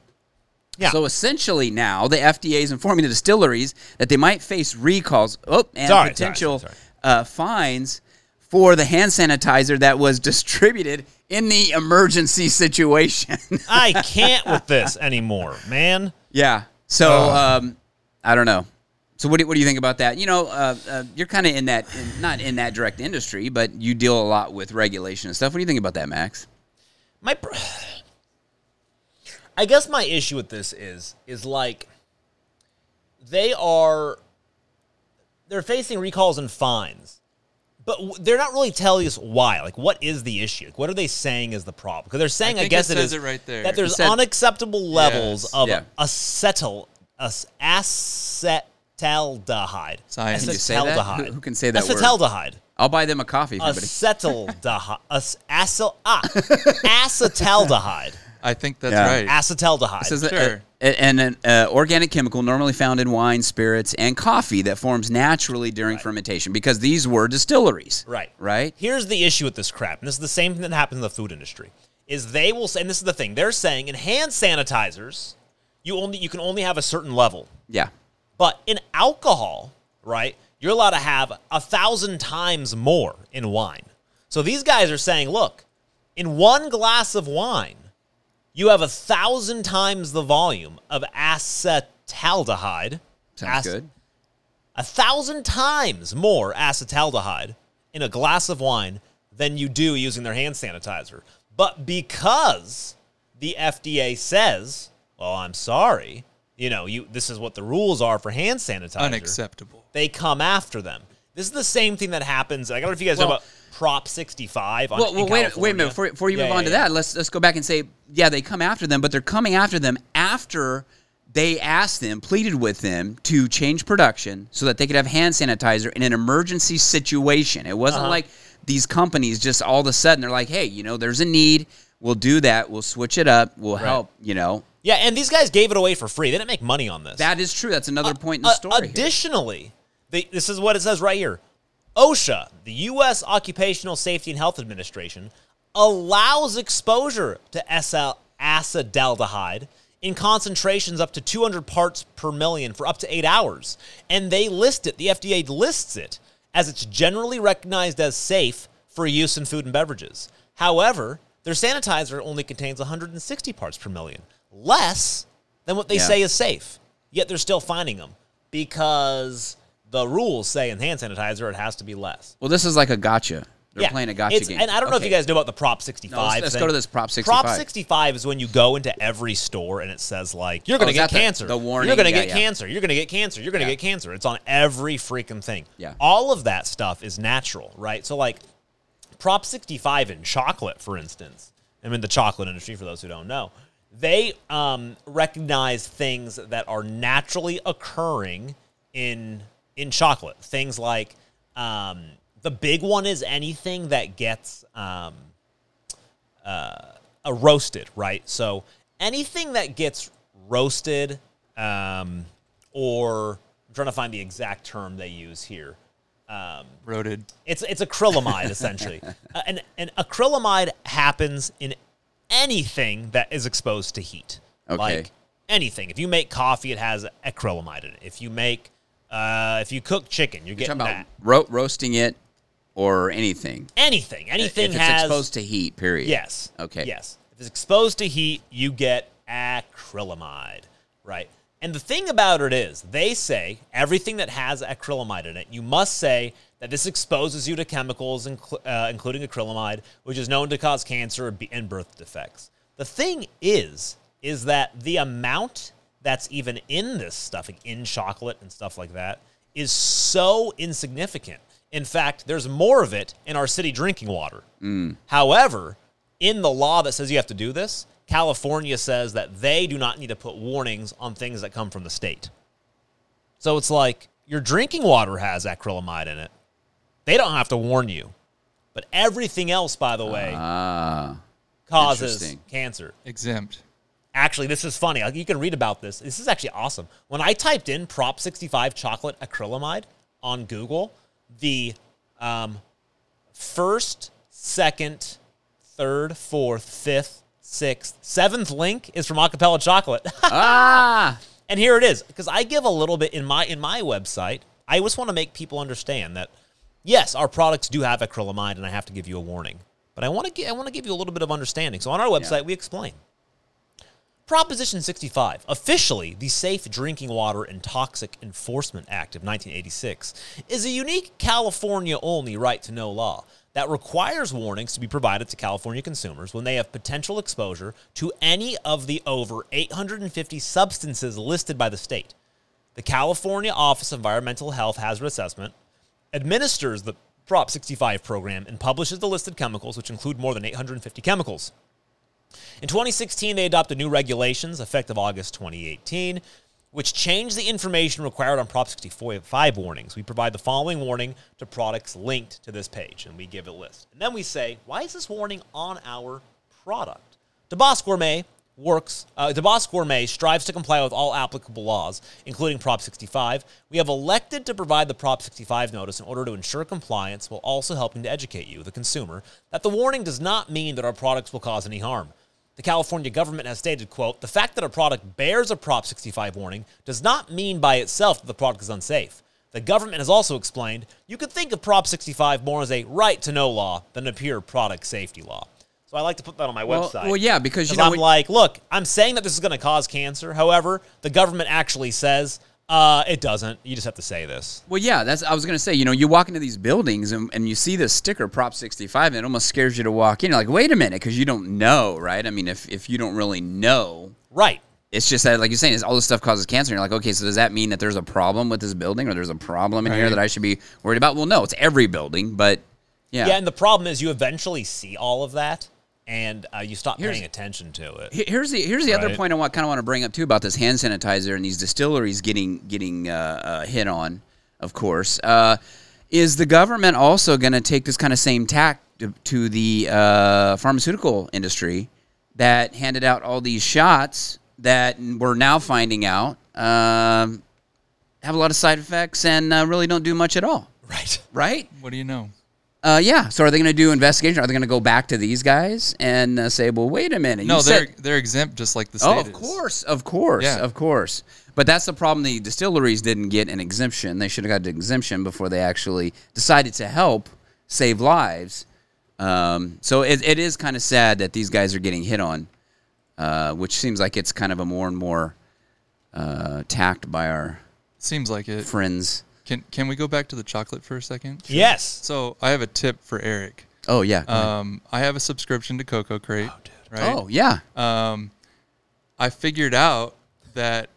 B: Yeah.
C: So essentially, now the FDA is informing the distilleries that they might face recalls. Oh, and
B: Sorry, sorry,
C: potential
B: sorry, sorry.
C: uh, fines for the hand sanitizer that was distributed in the emergency situation.
B: I can't with this anymore, man.
C: yeah. So
B: Uh.
C: um, I don't know. So what do, what do you think about that? You know, uh, uh, you're kind of in that, in, not in that direct industry, but you deal a lot with regulation and stuff. What do you think about that, Max?
B: my pr- I guess my issue with this is is like they are they're facing recalls and fines. But w- they're not really telling us why. Like, what is the issue? Like, what are they saying is the problem? Because they're saying, I,
D: think it
B: guess
D: says
B: is
D: it right there.
B: that
D: It
B: there's
C: said-
B: unacceptable levels
D: Yes.
B: of
C: Yeah.
B: acetyl, ac- acetaldehyde.
D: Science. Can
C: you say that?
B: Acetaldehyde.
C: Who- who can say that word?
B: Acetaldehyde
C: I'll buy them a coffee. if everybody-
B: acetaldehyde. Ac- acel- ah, acetaldehyde.
D: I think that's
C: Yeah.
D: right.
B: Acetaldehyde.
C: Says that,
D: Sure.
C: uh, and an uh, organic chemical normally found in wine, spirits, and coffee that forms naturally during fermentation because these were distilleries.
B: right.
C: Right?
B: Here's the issue with this crap, and this is the same thing that happens in the food industry. Is they will say, and this is the thing, they're saying in hand sanitizers, you only you can only have a certain level.
C: Yeah.
B: But in alcohol, right, you're allowed to have a thousand times more in wine. So these guys are saying, look, in one glass of wine, you have a thousand times the volume of acetaldehyde.
C: Sounds
B: Ac-
C: good.
B: A thousand times more acetaldehyde in a glass of wine than you do using their hand sanitizer. But because the FDA says, "Well, I'm sorry, you know, you this is what the rules are for hand sanitizer."
D: Unacceptable.
B: They come after them. This is the same thing that happens. I don't know if you guys know
C: Well-
B: about Prop 65 on
C: Well,
B: in
C: well wait, wait
B: California.
C: a minute. Before, before you
B: Yeah,
C: move
B: yeah,
C: on to
B: yeah.
C: that, let's let's go back and say, yeah, they come after them, but they're coming after them after they asked them, pleaded with them to change production so that they could have hand sanitizer in an emergency situation. It
B: Uh-huh.
C: wasn't like these companies just all of a sudden they're like, hey, you know, there's a need. We'll do that. We'll switch it up. We'll help. You know,
B: Yeah, and these guys gave it away for free. They didn't make money on this.
C: that is true. That's another point in the
B: Uh,
C: story. here.
B: additionally, the, this is what it says right here OSHA, the U.S. Occupational Safety and Health Administration, allows exposure to SL acetaldehyde in concentrations up to 200 parts per million for up to eight hours. And they list it, the FDA lists it, as it's generally recognized as safe for use in food and beverages. However, their sanitizer only contains 160 parts per million, less than what they
C: Yeah.
B: say is safe. Yet they're still finding them because the rules say in hand sanitizer it has to be less.
C: Well, this is like a gotcha. They're
B: Yeah,
C: playing a gotcha
B: it's-
C: game.
B: And I don't know if you
C: Okay.
B: guys know about the Prop 65.
C: No, let's- let's go
B: thing.
C: to this Prop
B: Prop
C: 65.
B: 65 is when you go into every store and it says like you're
C: Oh,
B: going to
C: is
B: get
C: that the-
B: cancer.
C: the warning?
B: You're going to
C: Yeah,
B: get
C: yeah.
B: cancer. You're going to get cancer. You're going to
C: Yeah.
B: get cancer. It's on every freaking thing.
C: Yeah.
B: All of that stuff is natural, right? So like Prop 65 in chocolate, for instance, I'm in the chocolate industry for those who don't know, they um, recognize things that are naturally occurring in in chocolate. Things like um, the big one is anything that gets um, uh, uh, roasted, right? So anything that gets roasted um, or I'm trying to find the exact term they use here.
D: Roaded.
B: It's it's acrylamide essentially. uh, and and acrylamide happens in anything that is exposed to heat.
C: Okay.
B: Like anything. If you make coffee, it has acrylamide in it. If you make uh, if you cook chicken, you're,
C: Talking
B: getting
C: about
B: that.
C: ro- roasting it or anything.
B: Anything, anything
C: if it's
B: has
C: exposed to heat, period.
B: Yes.
C: Okay.
B: Yes. If it's exposed to heat, you get acrylamide, right? And the thing about it is, they say everything that has acrylamide in it, you must say that this exposes you to chemicals, incl- uh, including acrylamide, which is known to cause cancer and be- and birth defects. The thing is, is that the amount that's even in this stuff, like in chocolate and stuff like that, is so insignificant. In fact, there's more of it in our city drinking water. However, in the law that says you have to do this, California says that they do not need to put warnings on things that come from the state. So it's like your drinking water has acrylamide in it. They don't have to warn you. But everything else, by the way, causes
C: interesting.
B: cancer.
D: Exempt.
B: Actually, this is funny. Like, You can read about this. This is actually awesome. When I typed in Prop 65 chocolate acrylamide on Google, the um, first, second, third, fourth, fifth, sixth, seventh link is from Acapella Chocolate.
C: Ah,
B: and here it is because i give a little bit in my in my website i just want to make people understand that yes our products do have acrylamide and i have to give you a warning but i want to gi- i want to give you a little bit of understanding so on our website we explain proposition 65 officially the safe drinking water and toxic enforcement act of 1986 is a unique california only right to know law that requires warnings to be provided to California consumers when they have potential exposure to any of the over 850 substances listed by the state. The California Office of Environmental Health Hazard Assessment administers the Prop 65 program and publishes the listed chemicals, which include more than 850 chemicals. In 2016, they adopted new regulations effective August 2018, which changed the information required on Prop 65 warnings. We provide the following warning to products linked to this page, and we give a list. And then we say, why is this warning on our product? DeBoss Gourmet works. Uh, DeBoss Gourmet strives to comply with all applicable laws, including Prop 65. We have elected to provide the Prop 65 notice in order to ensure compliance, while also helping to educate you, the consumer, that the warning does not mean that our products will cause any harm. The California government has stated, quote, the fact that a product bears a Prop 65 warning does not mean by itself that the product is unsafe. The government has also explained you could think of Prop 65 more as a right to know law than a pure product safety law. So I like to put that on my
C: Well-
B: website.
C: well, yeah, because, you know,
B: I'm
C: when-
B: like, look, I'm saying that this is going to cause cancer. However, the government actually says Uh, it doesn't. You just have to say this.
C: Well, yeah, that's I was gonna say. You know, you walk into these buildings and, and you see this sticker Prop 65, and it almost scares you to walk in. You're like, wait a minute, because you don't know, right? I mean, if if you don't really know,
B: Right.
C: it's just that, like you're saying, it's all this stuff causes cancer. And you're like, okay, so does that mean that there's a problem with this building, or there's a problem in here
D: Right.
C: that I should be worried about? Well, no, it's every building, but yeah.
B: Yeah. and the problem is you eventually see all of that and uh, you stop
C: Here's-
B: paying attention to it.
C: Here- Here's the here's the other
B: Right.
C: point I want kind of want to bring up too about this hand sanitizer and these distilleries getting getting uh, uh, hit on, of course. Uh, is the government also going to take this kind of same tack to, to the uh, pharmaceutical industry that handed out all these shots that we're now finding out um, have a lot of side effects and uh, really don't do much at all,
B: Right.
C: right?
D: What do you know?
C: Uh, yeah. So are they going to do investigation? Are they going to go back to these guys and uh, say, "Well, wait a minute"?
D: No,
C: you
D: they're
C: said-
D: they're exempt just like the state.
C: Oh, of
D: is.
C: course, of course,
D: Yeah.
C: of course. But that's the problem. The distilleries didn't get an exemption. They should have got an exemption before they actually decided to help save lives. Um, so it, it is kind of sad that these guys are getting hit on, uh, which seems like it's kind of a more and more uh, tacked by our
D: Seems like it.
C: friends.
D: Can can we go back to the chocolate for a second?
B: Yes.
D: So I have a tip for Eric.
C: Oh yeah. go ahead.
D: Um, I have a subscription to Cocoa Crate. Oh, Right.
C: oh yeah.
D: um, I figured out that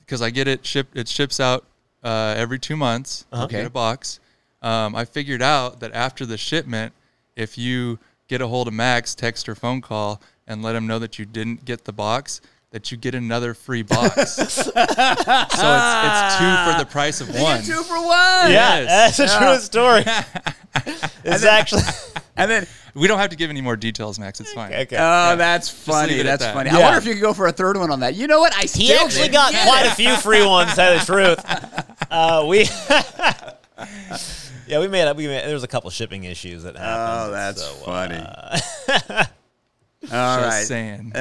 D: because I get it shipped, it ships out uh, every two months.
C: Uh-huh. Okay.
D: Get a box. Um, I figured out that after the shipment, if you get a hold of Max, text or phone call, and let him know that you didn't get the box, that you get another free box. so it's, it's two for the price of one.
C: Two for one.
B: Yeah,
D: Yes.
B: that's a true story. it's actually
C: And then
D: We don't have to give any more details, Max. It's fine.
B: okay.
C: oh, that's
D: leave
C: funny.
D: it at
C: That's
D: that.
C: funny. I
B: Yeah.
C: wonder if you could go for a third one on that. You know what? I still
B: He actually
C: didn't
B: got
C: get
B: quite
C: it.
B: a few free ones. to Tell the truth, uh, we yeah we made up. We made, there was a couple shipping issues that happened.
C: Oh, that's
B: so, uh,
C: funny. All
D: Just
C: right.
D: saying.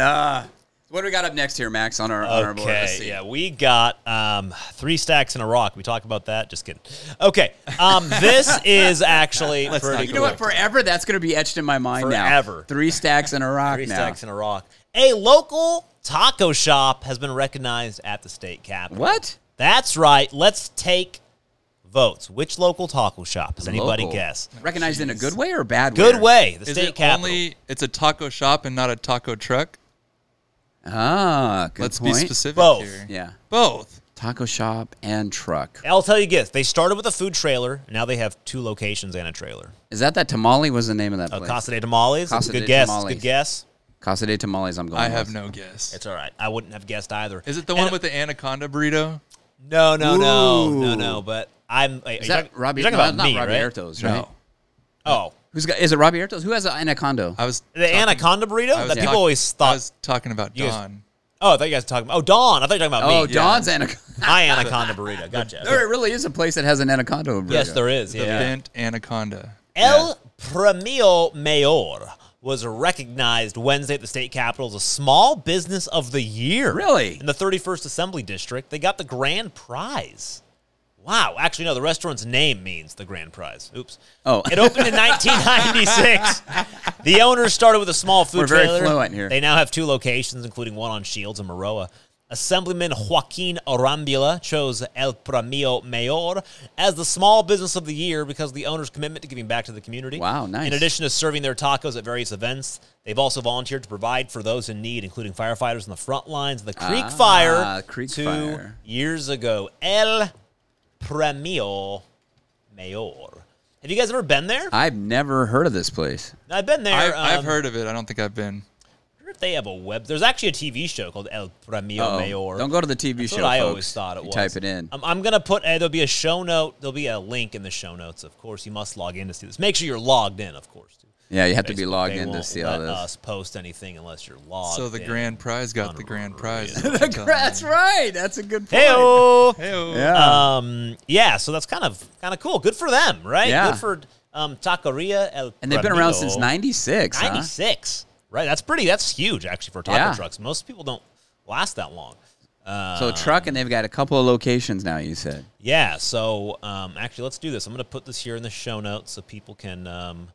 C: What do we got up next here, Max, on our, on our board? Let's
B: Okay,
C: see.
B: yeah, we got um, three stacks in a rock. We talk about that. Just kidding. Okay, um, this is actually
D: Let's not
B: pretty
D: go
C: You know what?
B: cool.
C: Forever, that's going to be etched in my mind now.
B: Forever.
C: Three stacks and a rock
B: Three
C: now.
B: stacks in a rock. A local taco shop has been recognized at the state capitol.
C: what?
B: That's right. Let's take votes. Which local taco shop? Does anybody
C: Local.
B: guess?
C: Recognized in a good way or a bad way?
B: Good way. The
D: Is
B: state
D: it
B: capitol.
D: only? It's a taco shop and not a taco truck.
C: Ah, good
D: Let's
C: point.
D: be specific
B: Both.
D: here.
C: Yeah.
D: Both.
C: Taco shop and truck.
B: I'll tell you this. They started with a food trailer. Now they have two locations and a trailer.
C: Is that that tamale was the name of that
B: Uh,
C: place?
B: Casa de Tamales.
C: Casa
B: good
C: de
B: guess.
C: Tamales.
B: Good guess.
C: Casa de Tamales, I'm going
D: I have
C: with.
D: no guess.
B: It's all right. I wouldn't have guessed either.
D: Is it the
B: And-
D: one with the anaconda burrito?
B: No, no, no, no,
C: Ooh.
B: no. But I'm. Wait,
C: Is
B: are you
C: that
B: talking-
C: Robbie?
B: You're talking
C: no,
B: about
C: not
B: me,
C: Robbie
B: right?
C: Ertos, right?
B: Oh,
C: Who's got, is it Robbie Ertos? Who has an anaconda?
B: Uh,
D: I was
B: the anaconda burrito
D: I was
B: that people
D: talk-
B: always
D: I
B: thought.
D: was talking about
B: You guys-
D: Don.
B: oh, I thought you guys were talking. Oh, Dawn. I thought you were talking about
C: oh,
B: me.
C: Don's anaconda.
B: My anaconda burrito. Gotcha.
C: there really is a place that has an anaconda. burrito.
B: yes, there is.
D: The
B: yeah.
D: bent anaconda.
B: El Premio Mayor was recognized Wednesday at the state capitol as a small business of the year.
C: Really?
B: In the 31st Assembly District, they got the grand prize. Wow. Actually, no, the restaurant's name means the grand prize. Oops.
C: Oh.
B: It opened in 1996. the owners started with a small food
C: We're very
B: trailer.
C: fluent here.
B: They now have two locations, including one on Shields and Maroa. Assemblyman Joaquin Arambula chose El Premio Mayor as the small business of the year because of the owner's commitment to giving back to the community.
C: Wow, nice.
B: In addition to serving their tacos at various events, they've also volunteered to provide for those in need, including firefighters on the front lines of the Creek
C: Ah,
B: Fire
C: Creek
B: two
C: Fire.
B: years ago. El Premio Mayor. Have you guys ever been there?
C: I've never heard of this place.
B: I've been there.
D: I've,
B: um,
D: I've heard of it. I don't think I've been.
B: I wonder if they have a web. There's actually a TV show called El Premio
C: Uh-oh.
B: Mayor.
C: Don't go to the TV
B: That's
C: show.
B: what I
C: folks.
B: always thought it
C: You
B: was.
C: Type it in.
B: I'm, I'm gonna put. Uh, there'll be a show note. There'll be a link in the show notes. Of course, you must log in to see this. Make sure you're logged in, of course. Too.
C: yeah, you have to be
B: Facebook,
C: logged
B: they
C: in to
B: won't
C: see
B: let
C: all this.
B: Us post anything unless you're logged.
D: So the
B: in.
D: grand prize got the grand prize.
C: That's right. That's a good point.
B: Heyo.
D: Hey-o.
C: Yeah.
B: Um. Yeah. So that's kind of kind of cool. Good for them, right?
C: Yeah.
B: Good for um Taqueria El.
C: and they've been around
B: Premio.
C: since 96, huh?
B: 96. Right. That's pretty. That's huge actually for taco
C: Yeah.
B: trucks. Most people don't last that long.
C: So truck, and they've got a couple of locations now, you said.
B: Yeah. So um, actually, let's do this. I'm going to put this here in the show notes so people can um,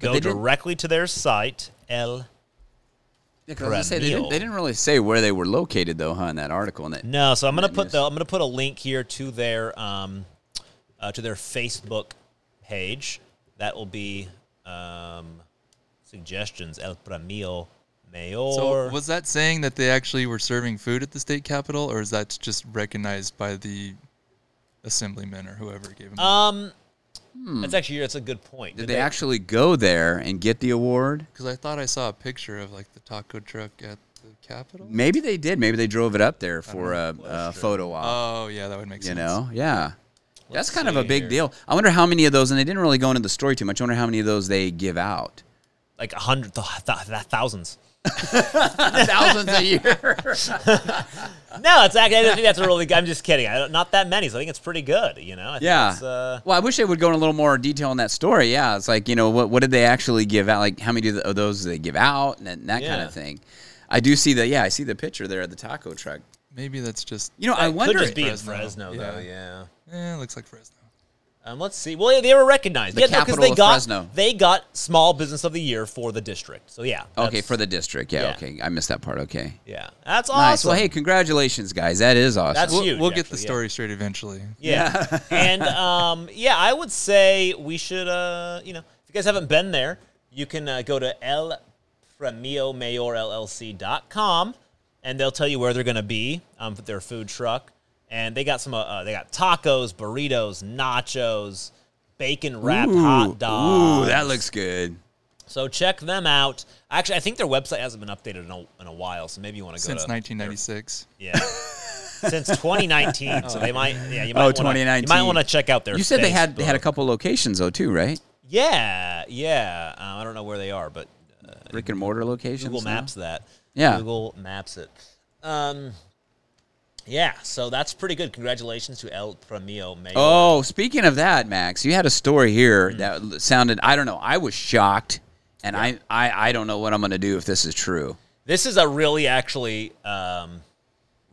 B: go
C: they didn't-
B: directly to their site, El for
C: Because I was
B: a
C: gonna say, they,
B: meal.
C: didn't, they didn't really say where they were located though, huh? In that article, and that
B: No, so I'm gonna put
C: Madness.
B: the I'm gonna put a link here to their um, uh, to their Facebook page. That will be um, suggestions El Premio Mayor.
D: So was that saying that they actually were serving food at the state capitol, or is that just recognized by the assemblymen or whoever gave them?
B: um, that's actually that's a good point.
C: hmm. did they, actually go there and get the award?
D: Because I thought I saw a picture of like the taco truck at the capitol.
C: Maybe they did. Maybe they drove it up there for
B: Uh-huh.
C: a, a photo op.
D: Oh yeah, that would make
C: you
D: sense.
C: know, yeah. That's kind of a
B: see
C: big
B: here.
C: deal. I wonder how many of those, and they didn't really go into the story too much. I wonder how many of those they give out.
B: like a hundred th- th- th- thousands?
C: Thousands a year.
B: No, it's actually I don't think that's a really. I'm just kidding. I don't, not that many. So I think it's pretty good. You know. I think
C: Yeah.
B: it's, uh,
C: well, I wish they would go in a little more detail on that story. Yeah, it's like you know what what did they actually give out? Like how many do th- of those they give out and that, that kind
B: Yeah.
C: of thing. I do see that. Yeah, I see the picture there of the taco truck.
D: Maybe that's just
C: You know, I
B: could
C: wonder.
B: just be
D: Fresno.
B: in Fresno though.
D: Yeah.
B: Yeah.
D: eh, looks like Fresno.
B: Um, let's see. Well, yeah, they were recognized.
C: The
B: yeah, because
C: capital
B: they
C: of
B: got
C: Fresno.
B: they got small business of the year for the district. So yeah.
C: okay,
B: that's-
C: for the district. Yeah,
B: yeah.
C: Okay, I missed that part. Okay.
B: yeah, that's
C: Nice.
B: awesome.
C: Well, hey, congratulations, guys. That is awesome.
B: That's- It's
D: We'll,
B: huge,
D: we'll get the
B: actually, yeah.
D: story straight eventually.
B: yeah, and um, yeah, I would say we should. Uh, you know, if you guys haven't been there, you can uh, go to El Premio Mayor LLC.com, and they'll tell you where they're going to be um, with their food truck. And they got some. Uh, uh, they got tacos, burritos, nachos, bacon wrap hot dogs.
C: Ooh, that looks good.
B: So check them out. Actually, I think their website hasn't been updated in a, in a while, so maybe you want to go
D: Since
B: to,
D: 1996.
B: Yeah, since 2019. so they might. Yeah, you might.
C: Oh,
B: wanna, You might
C: 2019.
B: want to check out their.
C: You said they had
B: Facebook.
C: they had a couple locations though too, right?
B: Yeah, yeah. Um, I don't know where they are, but uh,
C: Brick and mortar locations.
B: Google
C: no?
B: Maps that.
C: Yeah.
B: Google Maps it. Um, yeah. So that's pretty good. Congratulations to El Premio Mayor.
C: Oh, speaking of that, Max, you had a story here that
B: Mm.
C: l- sounded I don't know, I was shocked and I, I I don't know what I'm going to do if this is true.
B: This is a really actually um,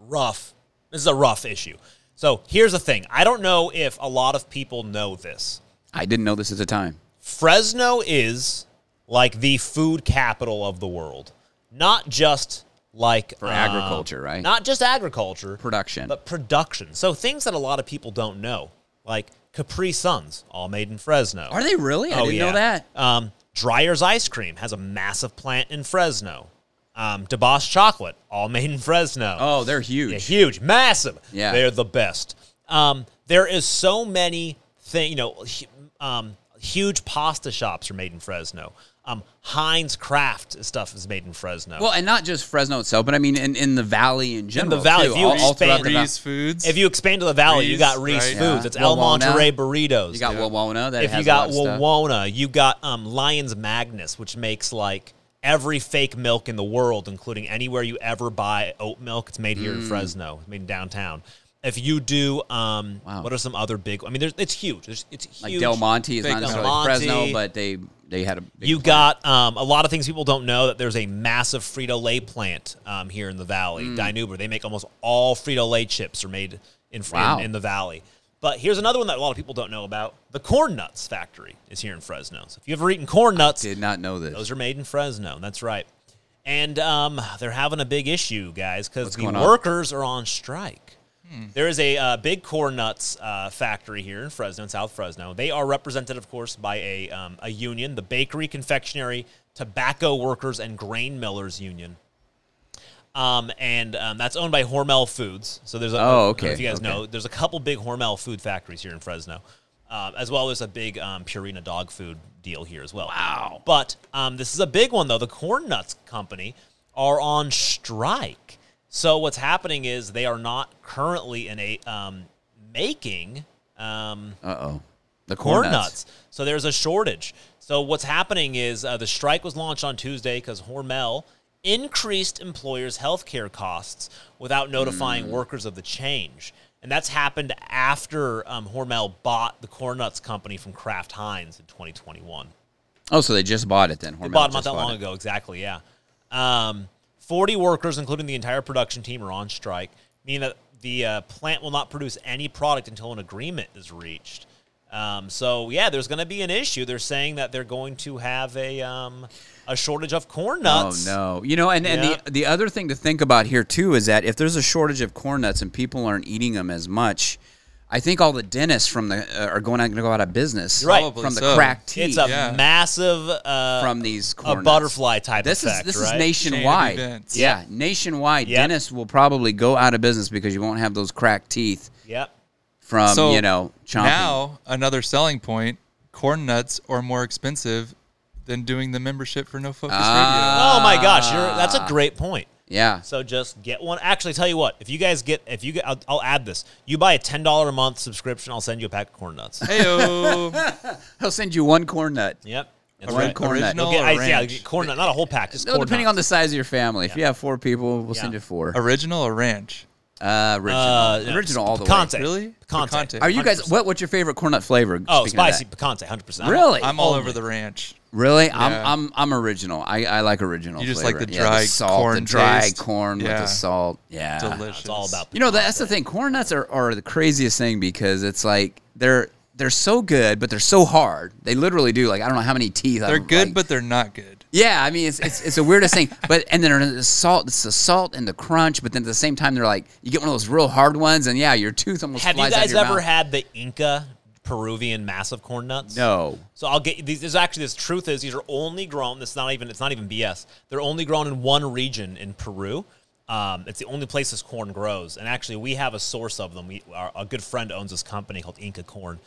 B: rough. This is a rough issue. So here's the thing. I don't know if a lot of people know this.
C: I didn't know this at the time.
B: Fresno is like the food capital of the world, not just like for
C: agriculture, right?
B: Not just agriculture,
C: Production.
B: but production. So things that a lot of people don't know, like Capri Suns, all made in Fresno. Oh,
C: Are they really? I didn't know that.
B: Um, Dryer's Ice Cream has a massive plant in Fresno. Um, DeBoss Chocolate, all made in Fresno.
C: Oh, they're
B: Yeah,
C: huge.
B: huge, massive.
C: Yeah.
B: they're the best. Um, there is so many thing, you know, hu- um, huge pasta shops are made in Fresno. Um, Heinz Craft stuff is made in Fresno.
C: Well, and not just Fresno itself, but I mean in, in the valley in general.
B: valley,
C: too,
B: if you
C: all, all throughout
B: expand-
C: the val-
D: Reese Foods.
B: if you expand to the valley, you
D: Reese,
B: got Reese
D: right?
B: Foods.
C: Yeah.
B: It's El
C: Wawona.
B: Monterey Burritos.
C: You got Wawona that
B: if
C: has
B: you
C: a lot
B: got
C: of stuff.
B: Wawona, you got um, Lions Magnus, which makes like every fake milk in the world, including anywhere you ever buy oat milk. It's made
C: Mm.
B: here in Fresno, it's made in downtown. If you do, um,
C: Wow.
B: what are some other big? I mean, there's, it's huge. There's, it's huge.
C: like Del Monte is
D: Big
C: not
D: Del
C: necessarily
B: Monte.
C: Fresno, but they they had a big
B: You
C: plant.
B: got um, a lot of things people don't know that there's a massive Frito Lay plant um, here in the valley,
C: Mm.
B: Dinuber. They make almost all Frito Lay chips are made in, Fre-
C: Wow.
B: in in the valley. But here's another one that a lot of people don't know about: the Corn Nuts Factory is here in Fresno. So if you ever eaten corn nuts,
C: did not know this.
B: those are made in Fresno. That's right. And um, they're having a big issue, guys, because the
C: going on?
B: workers are on strike. There is a uh, big corn nuts uh, factory here in Fresno, in South Fresno. They are represented, of course, by a, um, a union, the Bakery, Confectionery, Tobacco Workers, and Grain Millers Union. Um, and um, that's owned by Hormel Foods. So there's a, I don't know
C: Oh, okay,
B: if you guys
C: okay.
B: know, there's a couple big Hormel food factories here in Fresno, uh, as well as a big um, Purina dog food deal here as well. Wow. But um, this is a big one though. The Corn Nuts Company are on strike. So what's happening is they are not currently in a um, making um,
C: Uh oh, the corn,
B: corn nuts. So there's a shortage. So what's happening is uh, the strike was launched on Tuesday because Hormel increased employers' health care costs without notifying workers of the change. And that's happened after um, Hormel bought the Corn Nuts company from Kraft Heinz in 2021.
C: Oh, so they just bought it then. Hormel
B: Bought them not
C: just
B: that long
C: it.
B: ago. Exactly. Yeah. Um, 40 workers, including the entire production team, are on strike, meaning that the uh, plant will not produce any product until an agreement is reached. Um, so yeah, there's going to be an issue. They're saying that they're going to have a um, a a shortage of corn nuts.
C: Oh no! You know, and, and
B: Yeah.
C: the the other thing to think about here too is that if there's a shortage of corn nuts and people aren't eating them as much, I think all the dentists from the uh, are going out going to go out of business.
B: Right.
D: Probably
C: from the
D: so.
C: cracked teeth
B: It's a
D: Yeah.
B: massive uh,
C: from these
B: a
C: corn nuts.
B: butterfly type
C: This
B: effect,
C: is this
B: right?
C: is nationwide.
D: Chain of events.
C: Yeah, nationwide.
B: Yep.
C: Dentists will probably go out of business because you won't have those cracked teeth
B: Yep.
C: from
D: So,
C: you know chomping.
D: Now another selling point: corn nuts are more expensive than doing the membership for No Focus Radio.
B: oh my gosh, you're, that's
C: Ah.
B: a great point.
C: yeah,
B: So just get one. Actually, tell you what, if you guys get, if you, get, I'll, I'll add this. You buy a ten dollar a month subscription, I'll send you a pack of corn nuts.
D: Heyo,
C: they'll send you one corn nut.
B: yep. That's
D: Ori-
B: right.
C: corn nut.
D: original
B: You'll get-
D: or
B: I- yeah,
D: ranch?
B: get corn nut, not a whole pack. Just
C: No,
B: corn
C: depending on the size of your family. If you have four people, we'll send
B: Yeah.
C: you four.
D: Original or ranch?
C: Uh, original,
B: Uh, yeah.
C: original all the way.
B: Picante.
D: Really?
B: Picante.
D: Picante.
C: Are you guys what? What's your favorite corn nut flavor?
B: Oh,
C: speaking of
B: spicy
C: that?
B: picante, hundred percent.
C: Really? Oh,
D: I'm all
B: Only.
D: over the ranch.
C: really? I'm,
D: Yeah.
C: I'm I'm original. I, I like original.
D: You just
C: flavor.
D: like the
C: Yeah,
D: dry
C: salt, the
D: corn
C: dry
D: taste.
C: corn with
D: Yeah.
C: the salt. Yeah,
D: Delicious.
B: It's all about.
C: You know that's the thing. Corn nuts are, are the craziest thing because it's like they're they're so good, but they're so hard. They literally do like I don't know how many teeth.
D: They're
C: I'm,
D: good,
C: like-
D: but they're not good.
C: yeah, I mean it's it's, it's the weirdest thing. But and then the salt, it's the salt and the crunch. But then at the same time, they're like you get one of those real hard ones, and yeah, your tooth almost
B: Have you
C: flies out of
B: guys
C: your
B: ever
C: mouth.
B: had the Inca Peruvian massive corn nuts?
C: No.
B: So I'll get these. There's actually this truth is these are only grown. This is not even. It's not even BS. They're only grown in one region in Peru. Um, it's the only place this corn grows. And actually, we have a source of them. We our, a good friend owns this company called Inca Corn,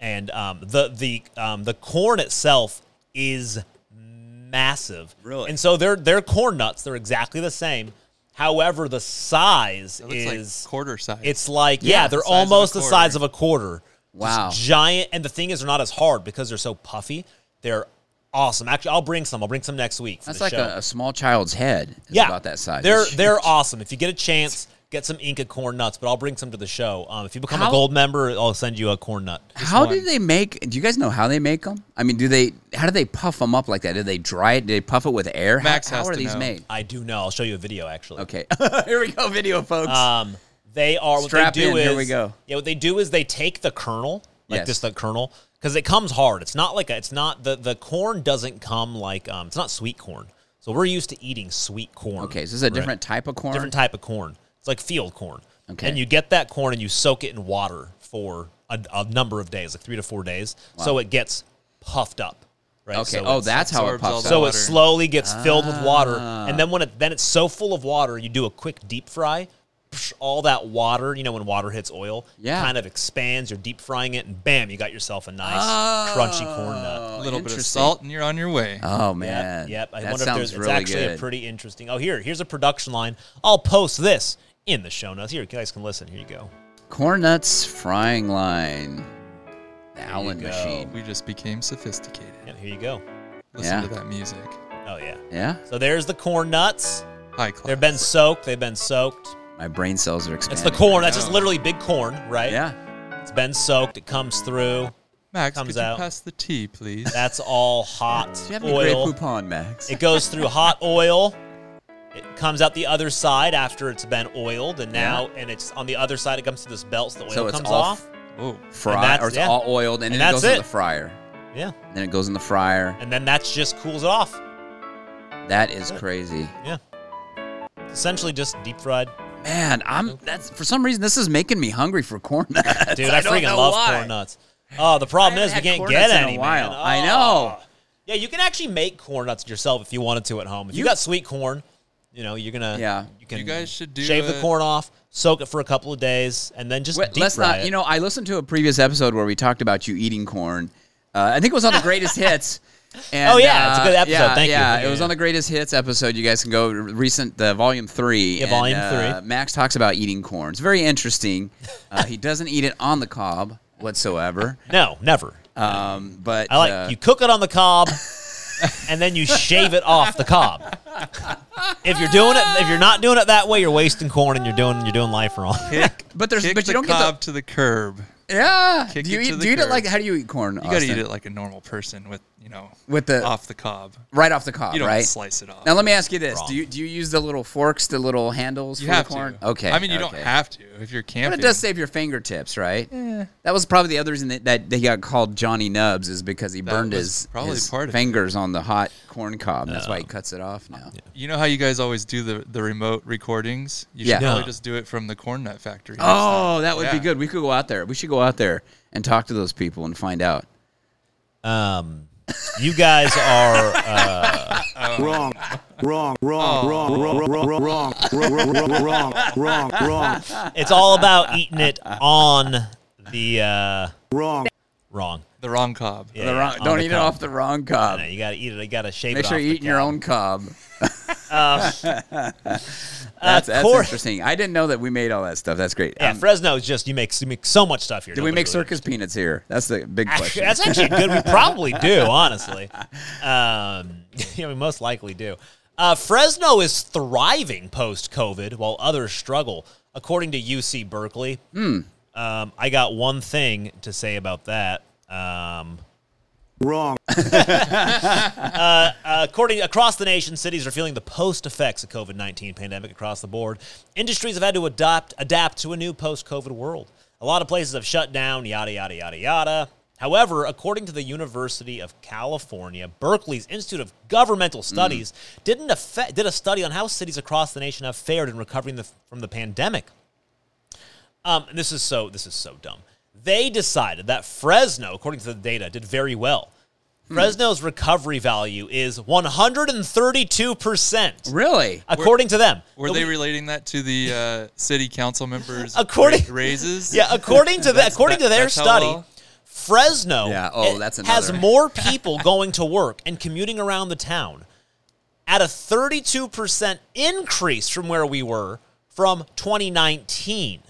B: and um, the the um, the corn itself is massive.
C: Really?
B: And so they're they're corn nuts. They're exactly the same. However, the size
D: It looks
B: is
D: like quarter size.
B: It's like yeah,
C: Yeah,
B: they're
D: size of a
B: almost the
D: quarter.
B: size of a quarter.
C: Wow.
B: Just giant, and the thing is, they're not as hard because they're so puffy. They're awesome. Actually, I'll bring some. I'll bring some next week. For
C: That's
B: the
C: like
B: show.
C: a, a small child's head. Is about that size.
B: They're
C: It's
B: they're
C: huge.
B: awesome. If you get a chance, get some Inca corn nuts. But I'll bring some to the show. Um, if you become a
C: How-
B: gold member, I'll send you a corn nut.
C: How
D: one.
C: do they make? Do you guys know how they make them? I mean, do they? How do they puff them up like that? Do they dry it? Do they puff it with air? How-
D: Max
C: how,
D: has
C: are
D: to
C: these
D: know.
C: made?
B: I do know. I'll show you a video actually.
C: Okay, here we go, video folks.
B: Um, they are what
C: Strap
B: they do
C: in,
B: is
C: here we go.
B: Yeah, what they do is they take the kernel, like
C: Yes.
B: just the kernel, because it comes hard. It's not like a, it's not the the corn doesn't come like um, it's not sweet corn. So we're used to eating sweet corn.
C: okay, so this is a different type of corn.
B: different type of corn. It's like field corn.
C: Okay.
B: And you get that corn and you soak it in water for a, a number of days, like three to four days, so it gets puffed up. Right.
C: Okay,
B: So
C: oh,
B: it's-
C: that's how it
D: absorbs all
C: puffs.
D: the
C: up.
B: so
D: water.
B: it slowly gets filled with water, and
C: Ah.
B: then when it then it's so full of water, you do a quick deep fry. Psh, all that water, you know, when water hits oil,
C: Yeah.
B: kind of expands. You're deep frying it, and bam, you got yourself a nice crunchy
C: Oh,
B: corn nut.
D: a little bit of
C: interesting.
D: salt, and you're on your way.
C: Oh
B: Yep,
C: man,
B: Yep. I
C: that
B: wonder if
C: sounds
B: there's
C: really
B: it's actually
C: good.
B: a pretty interesting. Oh, here, here's a production line. I'll post this in the show notes. Here, you guys can listen. Here you go.
C: corn nuts frying line, the Allen
B: go.
C: machine.
D: we just became sophisticated.
B: Yeah, here you go.
D: Listen
C: Yeah.
D: to that music.
B: Oh yeah.
C: Yeah,
B: So there's the corn nuts.
D: High class.
B: They've been soaked. They've been soaked.
C: my brain cells are
B: It's
C: expanding.
B: the corn. That's
D: know.
B: just literally big corn, right?
C: Yeah,
B: It's been soaked. It comes through.
D: Max,
B: comes
D: could you
B: out.
D: pass the tea, please?
B: That's all hot
C: do you have any great
B: oil.
C: coupon, Max?
B: It goes through hot oil. It comes out the other side after it's been oiled, and now and it's on the other side. It comes to this belt, so the oil
C: So it's
B: comes
C: all
B: off.
D: oh,
C: Fry
B: that's-
C: or it's
B: yeah.
C: all oiled, and,
B: And
C: then it
B: that's
C: goes in
B: it.
C: the fryer.
B: Yeah,
C: Then it goes in the fryer.
B: and then that's just cools it off.
C: That is crazy.
B: Yeah, essentially just deep fried.
C: Man, I'm that's for some reason this is making me hungry for corn nuts.
B: Dude, I,
C: don't
B: freaking
C: know
B: love
C: why.
B: corn nuts. Oh, the problem
C: I
B: is we
C: haven't had
B: can't
C: corn
B: get
C: nuts in a
B: any.
C: while.
B: man.
C: I
B: Oh.
C: know.
B: Yeah, you can actually make corn nuts yourself if you wanted to at home. If you,
C: You-
B: got sweet corn, you know you're gonna.
C: Yeah.
B: You can.
D: You guys should do
B: shave the
D: a-
B: corn off, soak it for a couple of days, and then just
C: Wait,
B: deep
C: let's
B: fry
C: not.
B: it.
C: You know, I listened to a previous episode where we talked about you eating corn. Uh, I think it was on the Greatest Hits. And,
B: Oh, yeah, it's a good
C: uh,
B: episode.
C: Yeah,
B: Thank you.
C: yeah,
B: Yeah,
C: it was
B: yeah.
C: on the Greatest Hits episode. You guys can go recent the volume three.
B: Yeah, volume
C: uh,
B: three.
C: Max talks about eating corn. It's very interesting. Uh, he doesn't eat it on the cob whatsoever.
B: no, never.
C: Um, but
B: I like
C: uh,
B: you cook it on the cob, and then you shave it off the cob. If you're doing it, if you're not doing it that way, you're wasting corn and you're doing you're doing life wrong.
D: kick,
C: But there's
D: kick
C: but you
D: the
C: don't get
D: cob
C: the
D: to the curb.
C: yeah.
D: kick
C: do you
D: it to
C: eat,
D: the
C: do you eat it
D: curb.
C: like how do you eat corn?
D: You got to eat it like a normal person with, you know,
C: With the-
D: off the cob.
C: right off the cob,
D: You don't
C: right?
D: slice it off.
C: Now let me ask you this:
B: Wrong.
C: Do you do you use the little forks, the little handles
D: you
C: for the
D: have
C: corn?
D: to.
C: Okay.
D: I mean, you
C: okay.
D: don't have to if you're camping.
C: But it does save your fingertips, right? That was probably the other reason that, that, that he got called Johnny Nubs is because he burned
D: was
C: his,
D: probably
C: his
D: part of it.
C: fingers on the hot corn cob. and That's why he cuts it off now.
D: You know how you guys always do the, the remote recordings? You
C: Yeah.
D: should probably
B: Yeah.
D: just do it from the corn nut factory.
C: Oh, that would be
D: Yeah.
C: good. We could go out there. We should go out there and talk to those people and find out.
B: Um, you guys are. Uh,
E: wrong, wrong, wrong, wrong, wrong, wrong, wrong, wrong, wrong, wrong, wrong,
B: it's all about eating it on the uh,
E: wrong.
B: wrong.
D: the wrong cob.
B: Yeah,
C: The
B: yeah,
C: wrong,
B: on
C: don't
B: the
C: eat it
B: cob.
C: off the wrong cob.
B: No, you gotta eat it. You gotta shave
C: Make
B: it.
C: sure
B: off
C: you're
B: the
C: eating your
B: cob.
C: own cob.
B: Uh,
C: That's, that's
B: Corey-
C: interesting. I didn't know that we made all that stuff. That's great.
B: Yeah,
C: Um,
B: Fresno is just you make you make so much stuff here.
C: do we
B: Nobody
C: make
B: really-
C: circus peanuts here? That's the big
B: Actually,
C: question.
B: that's actually good. We probably do, honestly. Um, yeah, we most likely do. Uh, Fresno is thriving post COVID, while others struggle, according to UC Berkeley.
C: Hmm.
B: Um, I got one thing to say about that. Um,
E: Wrong.
B: According across the nation, cities are feeling the post effects of COVID nineteen pandemic across the board. Industries have had to adopt adapt to a new post COVID world. A lot of places have shut down, yada yada yada yada. However, according to the University of California, Berkeley's Institute of Governmental Studies didn't affect, did a study on how cities across the nation have fared in recovering the, from the pandemic. Um, and this is so this is so dumb. They decided that Fresno, according to the data, did very well. Fresno's recovery value is 132%,
C: really?
B: according to them.
D: Were they relating that to the uh, city council members'
B: According-
D: ra- raises?
B: Yeah, according to the,
D: That's-
B: according to
D: that-
B: their
D: that's how
B: study,
D: well?
B: Fresno
C: Yeah, oh,
B: i-
C: that's
B: has
C: another.
B: more people going to work and commuting around the town at a 32% increase from where we were from 2019.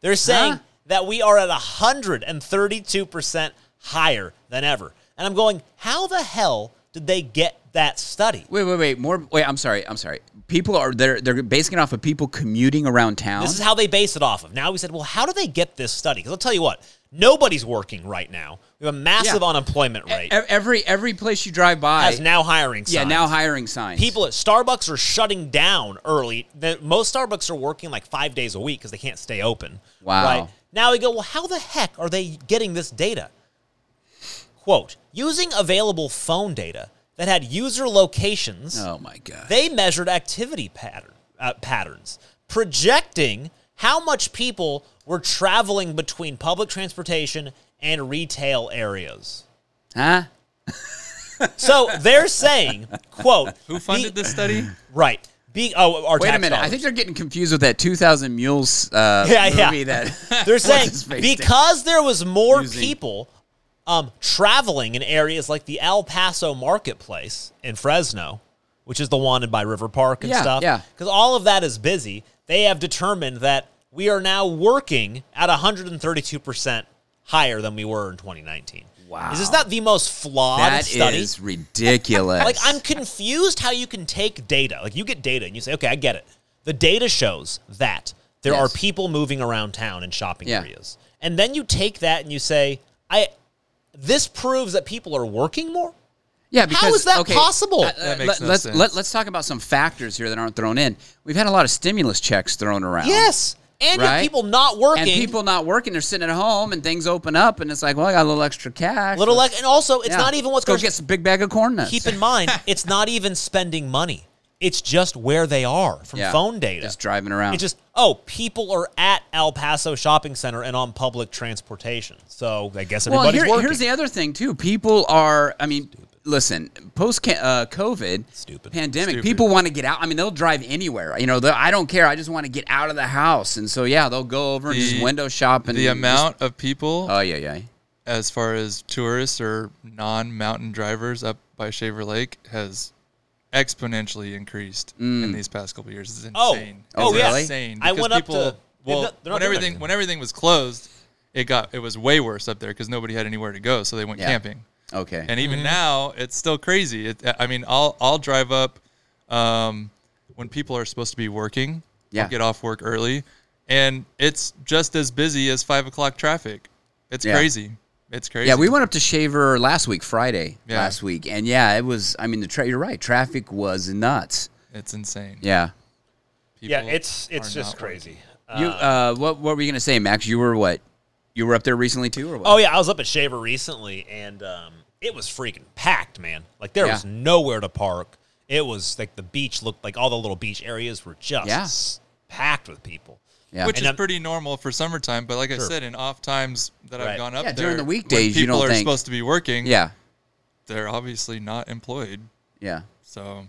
B: They're saying
C: Huh?
B: that we are at 132% higher than ever. And I'm going, how the hell did they get that study?
C: Wait, wait, wait. More. Wait, I'm sorry. I'm sorry. People are they're they're basing it off of people commuting around town.
B: This is how they base it off of. Now we said, well, how do they get this study? Because I'll tell you what, nobody's working right now. We have a massive
C: Yeah.
B: unemployment
C: E-
B: rate.
C: every every place you drive by
B: Has now hiring signs.
C: Yeah, now hiring signs.
B: People at Starbucks are shutting down early. The- most Starbucks are working like five days a week because they can't stay open.
C: Wow.
B: Now we go, well, how the heck are they getting this data? Quote, using available phone data that had user locations.
C: Oh my god.
B: They measured activity pattern uh, patterns, projecting how much people were traveling between public transportation and retail areas.
C: huh?
B: So they're saying, "quote
D: Who funded this study?
B: Right, being oh, our
C: Wait a
B: tax
C: minute. I
B: dollars.
C: think they're getting confused with that 2000 Mules uh,
B: Yeah, yeah.
C: movie that
B: they're
C: what's
B: saying
C: his face did.
B: because there was more
C: Using-
B: people um, traveling in areas like the El Paso marketplace in Fresno, which is the one by River Park and
C: Yeah,
B: stuff.
C: yeah.
B: Because all of that is busy. They have determined that we are now working at 132% higher than we were in 2019. Wow. Is this not the most flawed
C: That
B: study?
C: is ridiculous.
B: Like I'm confused how you can take data. Like you get data and you say, okay, I get it. The data shows that there
C: Yes.
B: are people moving around town in shopping
C: Yeah.
B: areas, and then you take that and you say, I. This proves that people are working more.
C: Yeah, because
B: is that
C: okay, uh,
B: possible?
D: That
C: let,
D: makes no
C: let's
D: sense.
C: Let, us talk about some factors here that aren't thrown in. We've had a lot of stimulus checks thrown around.
B: Yes, and you have
C: Right?
B: people not working.
C: And people not working, they're sitting at home, and things open up, and it's like, well, I got a little extra cash.
B: little like, and also it's
C: Yeah.
B: not even what's
C: Let's go
B: going.
C: get some big bag of corn nuts.
B: Keep in mind, it's not even spending money. It's just where they are from
C: Yeah.
B: phone data.
C: Just driving around.
B: It's just oh, people are at El Paso Shopping Center and on public transportation. So I guess
C: well,
B: everybody's
C: here,
B: working.
C: here's the other thing too. People are. I mean, listen. Post ca- uh, COVID,
B: Stupid.
C: pandemic.
D: Stupid.
C: People want to get out. I mean, they'll drive anywhere. You know, they'll- I don't care. I just want to get out of the house. And so yeah, they'll go over and just
D: The-
C: window shop and
D: The
C: just-
D: amount of people,
C: Oh yeah, yeah.
D: as far as tourists or non-mountain drivers up by Shaver Lake, has exponentially increased in these past couple years. It's
B: Oh.
D: insane.
B: Oh,
D: It's
C: yeah.
D: Insane.
B: I
D: Because
B: went up to-
D: people-
B: they're
D: well,
B: not- they're not
D: when
B: doing
D: everything
B: anything.
D: when everything was closed, it got it was way worse up there because nobody had anywhere to go, so they went
C: Yeah.
D: camping.
C: Okay.
D: And even now, it's still crazy. It, I mean, I'll I'll drive up um, when people are supposed to be working.
C: Yeah.
D: I'll get off work early, and it's just as busy as five o'clock traffic. It's
C: Yeah.
D: crazy. It's crazy.
C: yeah, we went up to Shaver last week, Friday
D: Yeah.
C: last week, and yeah, it was. I mean, the tra- you're right. Traffic was nuts.
D: It's insane.
C: Yeah.
D: People
B: yeah, it's it's
D: are
B: just
D: not working.
B: crazy.
C: You. Uh, what, what were you gonna say, Max? You were what? You were up there recently too, or what?
B: Oh yeah, I was up at Shaver recently, and um, it was freaking packed, man. Like there
C: Yeah.
B: was nowhere to park. It was like the beach looked like all the little beach areas were just
C: Yeah.
B: s- packed with people.
C: Yeah.
D: Which
B: And
D: is
B: I'm-
D: pretty normal for summertime, but like I
B: Sure.
D: said, in off times that
B: Right.
D: I've gone up
C: Yeah,
D: there,
C: during the
D: when
C: weekdays, you
D: people
C: don't
D: are
C: think-
D: supposed to be working.
C: yeah.
D: they're obviously not employed.
C: Yeah.
D: So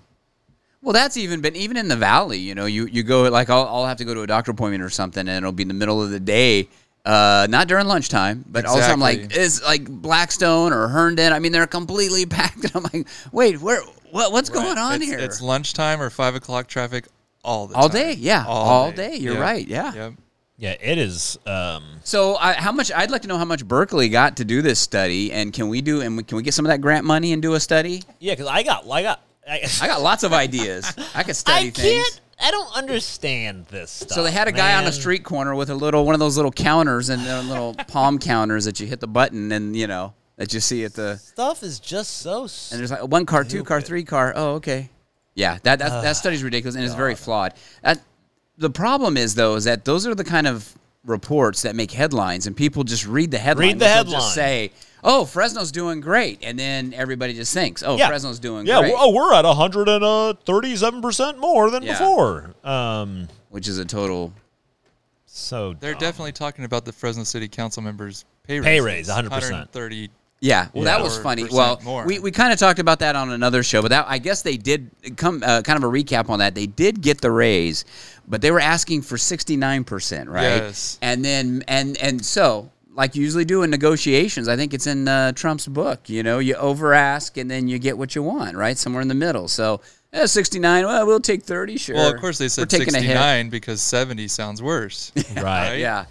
C: Well, that's even been even in the valley. You know, you you go like I'll, I'll have to go to a doctor appointment or something, and it'll be in the middle of the day, uh, not during lunchtime. But also, I'm like,
D: Exactly.
C: is like Blackstone or Herndon. I mean, they're completely packed, and I'm like, wait, where what what's going on
D: it's,
C: here?
D: it's lunchtime or five o'clock traffic all the
C: all
D: time.
C: day, yeah, all, day. You're
D: Yep.
C: right, yeah.
D: Yep.
B: Yeah, it is. Um,
C: So, I, how much? I'd like to know how much Berkeley got to do this study, and can we do? And we, can we get some of that grant money and do a study?
B: yeah, because I got, I got, I,
C: I got lots of ideas. I could study
B: I
C: things.
B: can't. I don't understand this stuff.
C: So they had a guy on
B: Oh,
C: a
B: man.
C: street corner with a little one of those little counters and uh, little palm counters that you hit the button and you know that you see at the
B: Stuff is just so. s-
C: and there's like one car, two car, three car. Oh, okay. Yeah, that that, that study's ridiculous and it's very flawed. That, the problem is though is that those are the kind of reports that make headlines and people just read the headline.
B: Read the
C: which will Just
B: headline.
C: say, "Oh, Fresno's doing great," and then everybody just thinks, "Oh,
B: Yeah.
C: Fresno's doing
B: yeah,
C: great,"
B: we're, oh, we're at 137 uh, percent more than
C: Yeah.
B: before. Um,
C: which is a total
B: so
D: They're
B: dumb.
D: definitely talking about the Fresno City Council members' pay raise.
B: Pay raise, 100%.
D: 130.
C: Yeah, well, that was
D: Or
C: funny.
D: percent
C: Well,
D: more.
C: we, we kind of talked about that on another show, but that, I guess they did come uh, kind of a recap on that. They did get the raise, but they were asking for sixty nine percent, right?
D: Yes.
C: And then and and so like you usually do in negotiations, I think it's in uh, Trump's book. You know, you over ask and then you get what you want, right? Somewhere in the middle. So eh, sixty nine. Well, we'll take thirty. Sure.
D: Well, of course they
C: We're
D: said
C: taking a hit.
D: 69 because 70 sounds worse.
B: right.
C: Yeah.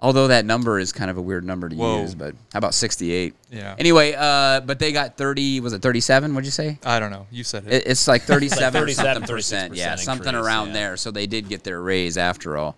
C: Although that number is kind of a weird number to
D: Whoa.
C: use, but how about 68?
D: Yeah.
C: Anyway, uh, but they got 30, was it 37? What'd you say?
D: I don't know. You said it.
C: It, it's like 37 or
B: 37,
C: something percent. Yeah,
B: 36%
C: something
B: increase,
C: around
B: yeah.
C: there. So they did get their raise after all.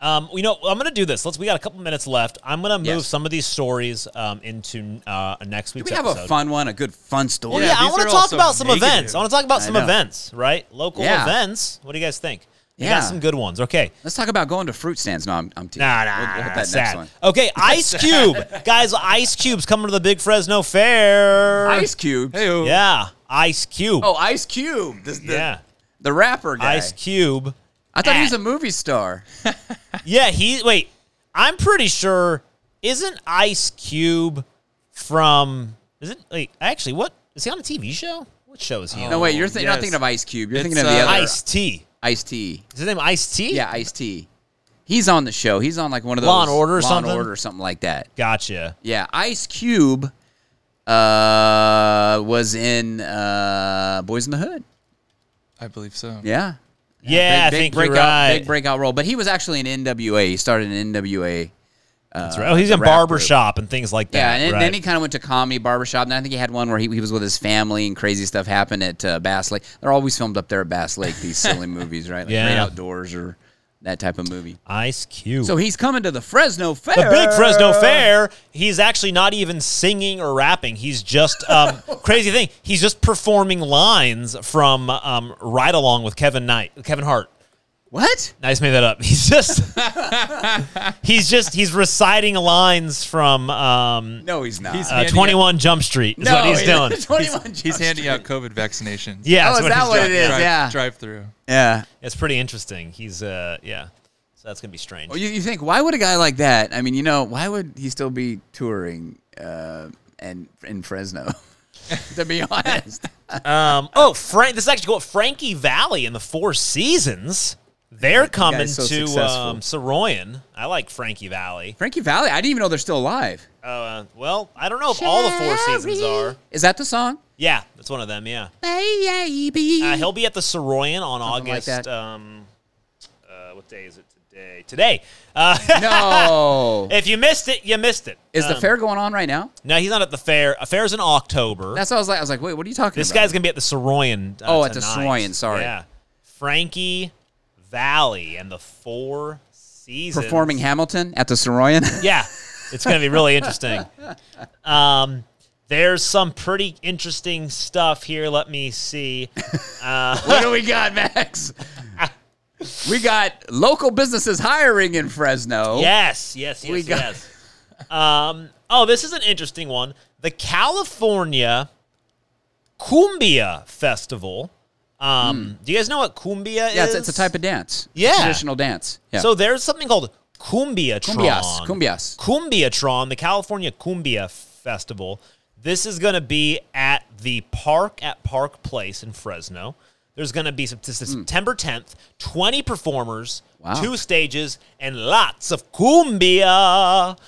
B: Um, you know, I'm gonna do this. Let's. We got a couple minutes left. I'm gonna move
C: Yes.
B: some of these stories um, into uh, next week's.
C: We have
B: episode.
C: a fun one, a good fun story.
B: Well, yeah, I
D: these
B: want to
D: are
B: talk
D: also
B: about some
D: negative.
B: events. I want to talk about
C: I
B: some
C: know.
B: events, right? Local
C: Yeah.
B: events. What do you guys think? We
C: Yeah.
B: got some good ones. Okay.
C: Let's talk about going to fruit stands. No, I'm, I'm teasing.
B: Nah,
C: We'll-
B: nah,
C: we'll hit that
B: that's
C: next
B: sad.
C: one.
B: Okay, Ice Cube, guys. Ice Cube's coming to the Big Fresno Fair.
C: Ice Cube.
D: Hey,
B: yeah, Ice Cube.
C: Oh, Ice Cube. The, the,
B: yeah,
C: the rapper guy.
B: Ice Cube.
C: I thought he was
B: At-
C: a movie star.
B: Yeah, he. Wait, I'm pretty sure. Isn't Ice Cube from? Is it? Wait, actually, what is he on a TV show? What show is he on?
C: No, wait, you're, th- you're not
D: yes.
C: thinking of Ice Cube. You're
D: It's,
C: thinking of the
D: uh,
C: other
B: Ice T.
C: Ice T.
B: Is his name Ice T?
C: Yeah, Ice T. He's on the show. He's on like one of those
B: Law and Order or
C: Law
B: something?
C: and Order or something like that.
B: Gotcha.
C: Yeah, Ice Cube uh, was in uh, Boys in the Hood.
D: I believe so.
C: Yeah,
B: Yeah,
C: big,
B: I
C: big
B: think
C: breakout,
B: you're right.
C: Big breakout role, but he was actually in NWA. He started in NWA.
B: That's right. Oh, he's in
C: rap group.
B: barbershop and things like that.
C: Yeah, and then-
B: right.
C: then he kind of went to comedy barbershop. And I think he had one where he, he was with his family and crazy stuff happened at uh, Bass Lake. They're always filmed up there at Bass Lake. These silly movies, right? Like
B: Yeah.
C: Great Outdoors or that type of movie.
B: Ice Cube.
C: So he's coming to the Fresno Fair.
B: the big Fresno Fair. He's actually not even singing or rapping. He's just um, crazy thing. He's just performing lines from um, Ride Along with Kevin Knight, Kevin Hart.
C: What?
B: I just made that up. He's just he's just he's reciting lines from um,
C: No, he's not.
D: He's
B: uh,
D: handing
B: Twenty
D: out-
B: One Jump Street. Is
C: no,
B: what he's doing.
C: Twenty-one.
D: He's handing out COVID vaccinations.
B: Yeah,
C: Oh,
B: that's
C: is that
B: he's
C: what
B: doing.
C: it is?
D: Drive,
C: yeah.
D: Drive through.
C: Yeah.
B: It's pretty interesting. He's uh yeah. So that's gonna be strange.
C: Well, you, you think why would a guy like that? I mean, you know, why would he still be touring uh, and in Fresno? to be honest,
B: Um, oh, Frank, this is actually cool. Frankie Valley in the Four Seasons. They're coming
C: guy's so
B: to
C: successful.
B: um, Saroyan. I like Frankie Valley.
C: Frankie Valley. I didn't even know they're still alive.
B: Uh, well, I don't know if all the Four Seasons are.
C: Is that the song?
B: Yeah, that's one of them. Yeah,
C: Baby.
B: uh, he'll be at the Saroyan on
C: Something like
B: August.
C: that.
B: um, uh, what day is it today? Today. Uh,
C: no.
B: if you missed it, you missed it.
C: Is the
B: Um,
C: fair going on right now?
B: No, he's not at the fair. A fair's in October.
C: That's what I was like. I was like, wait, what are you talking
B: This
C: about?
B: guy's gonna be at the Soroyan. Uh,
C: Oh, at the
B: tonight.
C: Saroyan, sorry.
B: Yeah, Frankie Valley and the Four Seasons
C: performing Hamilton at the Soroyan.
B: Yeah, it's gonna be really interesting. Um, there's some pretty interesting stuff here. Let me see.
C: what do we got, Max? we got local businesses hiring in Fresno.
B: Yes, yes, yes,
C: We got-
B: yes. Um, oh, this is an interesting one. the California Cumbia Festival. Um, Do you guys know what cumbia
C: Hmm. Yeah,
B: is?
C: it's, it's a type of dance. It's a
B: Yeah.
C: traditional dance. Yeah.
B: So there's something called Cumbiatron.
C: Cumbias, cumbias.
B: Cumbiatron, the California Cumbia Festival. This is going to be at the park at Park Place in Fresno. There's going to be Sept- September 10th, 20 performers,
C: Hmm. Wow.
B: two stages, and lots of cumbia.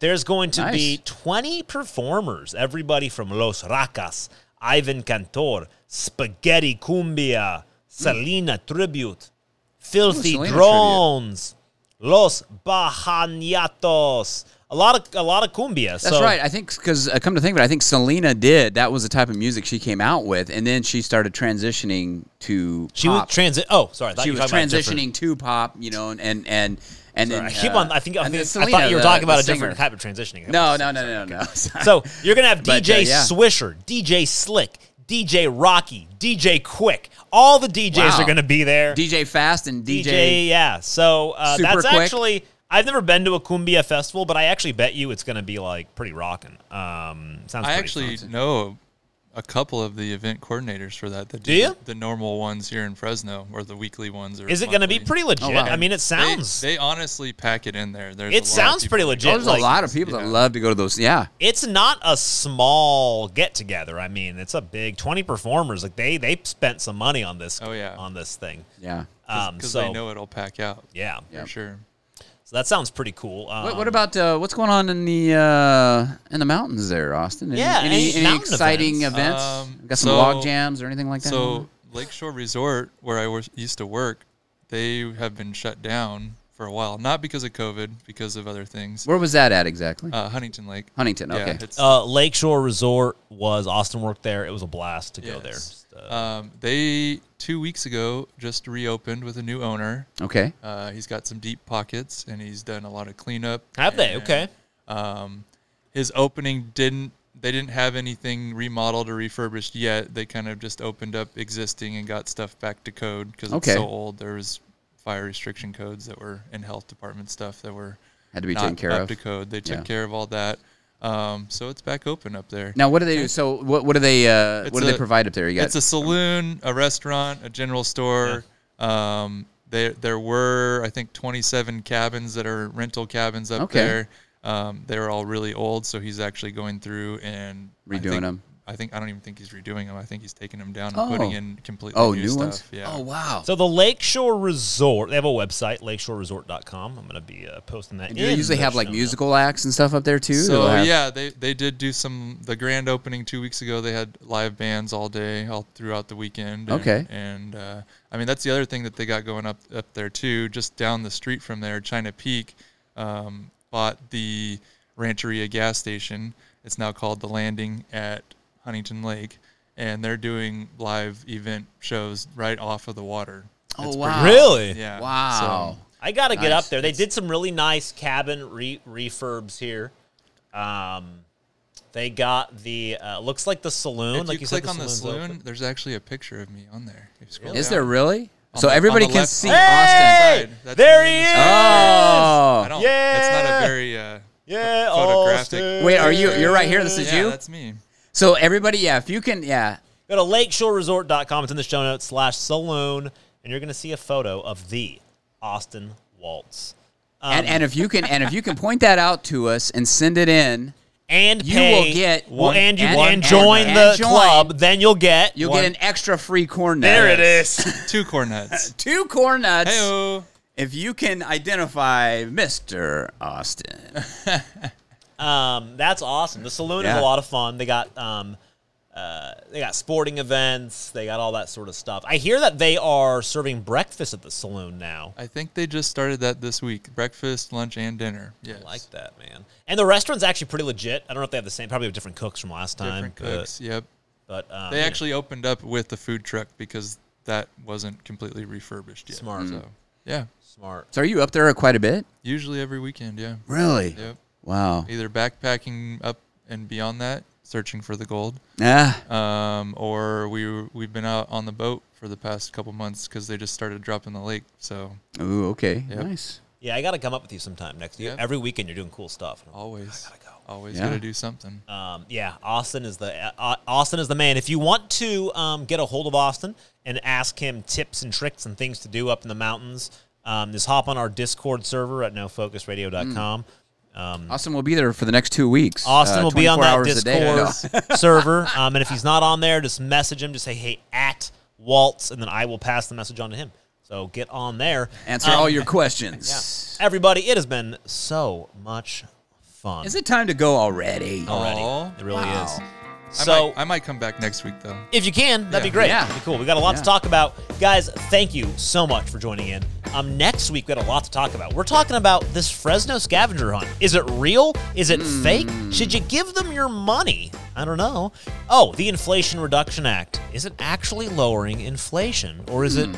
B: There's going to be
C: Nice.
B: 20 performers, everybody from Los Racas, Ivan Cantor, Spaghetti
C: Hmm.
B: Cumbia, Selena Tribute, Filthy
C: Selena
B: Drones, Los Bajanatos. A lot of a lot of cumbia.
C: That's right. I think because uh, come to think of it, I think Selena did. That was the type of music she came out with, and then she started transitioning to
B: She was
C: pop.
B: transit. Oh, sorry. I thought
C: she
B: you were
C: was
B: talking about a different-
C: transitioning to pop, you know, and and and, and then
B: I keep
C: uh,
B: on. I think. I,
C: and
B: think
C: then
B: I thought you were
C: the-
B: talking about
C: the
B: a different
C: singer.
B: type of transitioning.
C: No, no, no, no, no. no. Sorry.
B: So you're gonna have
C: But,
B: DJ
C: uh, yeah.
B: Swisher, DJ Slick, DJ Rocky, DJ Quick. All the DJs
C: Wow.
B: are gonna be there.
C: DJ Fast and DJ,
B: DJ, yeah. So uh,
C: Super
B: that's
C: quick.
B: actually. I've never been to a cumbia festival, but I actually bet you it's gonna be like pretty rocking. Um, sounds.
D: I
B: pretty
D: actually
B: fun.
D: know a couple of the event coordinators for that. That do,
B: Do you?
D: the normal ones here in Fresno, or the weekly ones. Or
B: Is it gonna be
D: monthly.
B: pretty legit?
C: wow.
B: I mean, it
D: They-
B: sounds.
D: They, honestly pack it in there. There's a lot
B: it
D: of
B: sounds
D: people
B: pretty
D: that
B: legit.
D: go.
C: Oh, there's
B: like-
C: a lot of people that love to go to those. Yeah,
B: it's not a small get together. I mean, it's a big twenty performers. Like they they spent some money on this.
D: Oh, yeah.
B: on this thing.
C: yeah.
B: Um,
D: because
B: so
D: they know it'll pack out.
B: yeah.
D: for sure.
B: So that sounds pretty cool. Um,
C: What, what about uh, what's going on in the uh, in the mountains there, Austin? Any,
B: Yeah, any
C: any, any
B: mountain
C: exciting
D: events?
C: events?
D: Um,
C: Got some
D: so-
C: log jams or anything like that?
D: So Lakeshore Resort, where I was, used to work, they have been shut down for a while, not because of COVID, because of other things.
C: where was that at exactly?
D: Uh, Huntington Lake.
C: Huntington,
D: Yeah,
C: okay.
D: it's-
B: uh, Lakeshore Resort? Was Austin worked there? It was a blast to go there.
D: Yes.
B: Just, uh,
D: um, they two weeks ago just reopened with a new owner.
C: okay,
D: Uh, he's got some deep pockets, and he's done a lot of cleanup.
B: have they?
D: and,
B: Okay.
D: Um, his opening didn't. They didn't have anything remodeled or refurbished yet. They kind of just opened up existing and got stuff back to code because
C: Okay.
D: it's so old. There was fire restriction codes that were in health department stuff that were
C: had to be
D: not
C: taken care
D: up
C: of.
D: to code. They took
C: Yeah.
D: care of all that. Um, so it's back open up there.
C: Now, what do they do? So, what what do they uh, what
D: It's
C: do they
D: a-
C: provide up there? You got
D: it's a saloon, a restaurant, a general store. Um, there there were I think 27 cabins that are rental cabins up
C: Okay.
D: there. Um, they were all really old, so he's actually going through and I
C: Redoing
D: think-
C: them.
D: I think I don't even think he's redoing them. I think he's taking them down and putting
C: Oh.
D: in completely
C: oh
D: new,
C: new,
D: stuff.
C: ones.
D: Yeah.
C: Oh wow.
B: So the Lakeshore Resort, they have a website, lakeshoreresort.com. I'm going to be uh, posting that.
C: do
B: in
C: they usually
B: the
C: have like
B: show
C: musical acts and stuff up there too?
D: So
C: They'll have-
D: yeah, they they did do some the grand opening two weeks ago. They had live bands all day, all throughout the weekend. and-
C: Okay.
D: and uh, I mean that's the other thing that they got going up up there too. Just down the street from there, China Peak um, bought the Rancheria gas station. It's now called the Landing at Huntington Lake, and they're doing live event shows right off of the water.
C: Oh
D: It's
C: wow.
B: note. Really?
D: pretty- Yeah.
C: Wow.
D: So,
B: I got to get
C: Nice.
B: up there. They did some really nice cabin re- refurbs here. Um, they got the, uh, looks like the saloon.
D: if
B: like
D: you,
B: said,
D: click on the
B: saloon's
D: saloon,
B: open.
D: there's actually a picture of me on there. If you scroll
C: Is
D: down.
C: there really?
D: On
C: so
D: the- on
C: everybody
D: the
C: can
D: left
C: see
D: side.
C: Austin.
B: Hey,
D: Austin. That's
B: there
D: me
B: he
D: in
B: is.
D: the
C: Oh.
D: I don't.
B: Yeah.
D: That's not a very. Uh,
B: yeah,
D: photographic.
B: Austin.
C: Wait, are you? You're right here. This is
D: yeah,
C: you.
D: that's me.
C: So everybody, yeah. If you can, yeah.
B: Go to lakeshoreresort.com. It's in the show notes slash saloon, and you're going to see a photo of the Austin Waltz. Um,
C: and, and if you can and if you can point that out to us and send it in,
B: and
C: you
B: pay-
C: will get
B: well,
C: one-
B: and you
C: and-
B: and,
C: and-
B: join
C: and
B: the
C: join.
B: club. Then you'll get
C: you'll
B: one-
C: get an extra free corn nut.
B: There it is.
D: Two corn nuts.
C: Two corn nuts
D: Heyo.
C: if you can identify Mr. Austin.
B: um, that's awesome. The saloon is
C: Yeah.
B: a lot of fun. They got um, uh, they got sporting events. They got all that sort of stuff. I hear that they are serving breakfast at the saloon now.
D: I think they just started that this week. Breakfast, lunch, and dinner. Yes.
B: I like that, man. And the restaurant's actually pretty legit. I don't know if they have the same. Probably have different cooks from last time.
D: Different cooks. Yep.
B: But, but um,
D: They
B: you know,
D: actually opened up with the food truck because that wasn't completely refurbished yet.
B: Smart.
D: So yeah.
B: smart.
C: So are you up there quite a bit?
D: Usually every weekend. Yeah.
C: Really?
D: Yep.
C: Wow.
D: Either backpacking up and beyond that, searching for the gold.
C: Yeah.
D: um, or we were- we've been out on the boat for the past couple months because they just started dropping the lake. So
C: Ooh, okay. Nice.
B: Yeah, I got to come up with you sometime next year.
D: Yeah.
B: Every weekend you're doing cool stuff.
D: always,
B: I gotta go.
D: Always
C: Yeah.
D: got to do something.
B: Um, yeah, Austin is the uh, Austin is the man. If you want to um, get a hold of Austin and ask him tips and tricks and things to do up in the mountains, um, just hop on our Discord server at nofocusradio.com.
C: Austin will be there for the next two weeks.
B: Austin
C: Hmm. uh,
B: will be on
C: 24
B: that
C: hours a day.
B: Discord server, um, and if he's not on there, just message him. Just say, "Hey, at Waltz," and then I will pass the message on to him. So get on there.
C: Answer
B: Um,
C: all your questions.
B: everybody. It has been so much fun.
C: Is it time to go already?
B: already?
D: Aw.
B: It really
C: Wow.
B: is.
D: I,
B: So
D: might, I might come back next week though.
B: If you can, that'd be
D: Yeah.
B: great.
C: Yeah.
B: That'd be cool. We got a lot to
C: Yeah.
B: talk about. Guys, thank you so much for joining in. Um, next week, we got a lot to talk about. We're talking about this Fresno scavenger hunt. Is it real? Is it
C: Hmm.
B: fake? Should you give them your money? I don't know. Oh, the Inflation Reduction Act. Is it actually lowering inflation or is it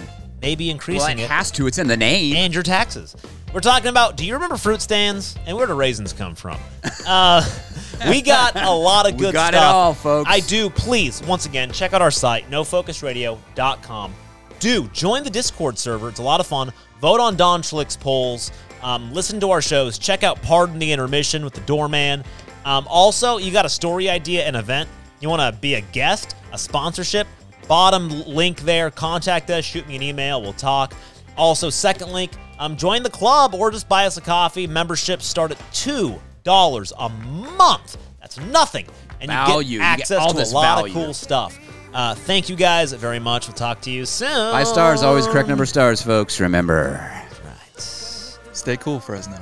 B: maybe
C: Hmm. Well,
B: increasing
C: it
B: it?
C: has to. It's in the name.
B: And your taxes. We're talking about do you remember fruit stands and where do raisins come from? Uh, we got a lot of
C: We
B: good
C: got it
B: stuff.
C: all, folks.
B: I do. Please, once again, check out our site, nofocusradio.com. Do join the Discord server. It's a lot of fun. Vote on Don Schlick's polls. Um, listen to our shows. Check out Pardon the Intermission with the Doorman. Um, also, you got a story idea, an event. You want to be a guest, a sponsorship? Bottom link there. Contact us. Shoot me an email. We'll talk. Also, second link, um, join the club or just buy us a coffee. Memberships start at $2 a month. That's nothing. And
C: Value.
B: you
C: You
B: get
C: get
B: access
C: all
B: to
C: this
B: a lot
C: value.
B: of cool stuff. Uh, thank you guys very much. We'll talk to you soon.
C: Five stars, always correct number of stars, folks. Remember.
B: Right.
D: Stay cool, Fresno.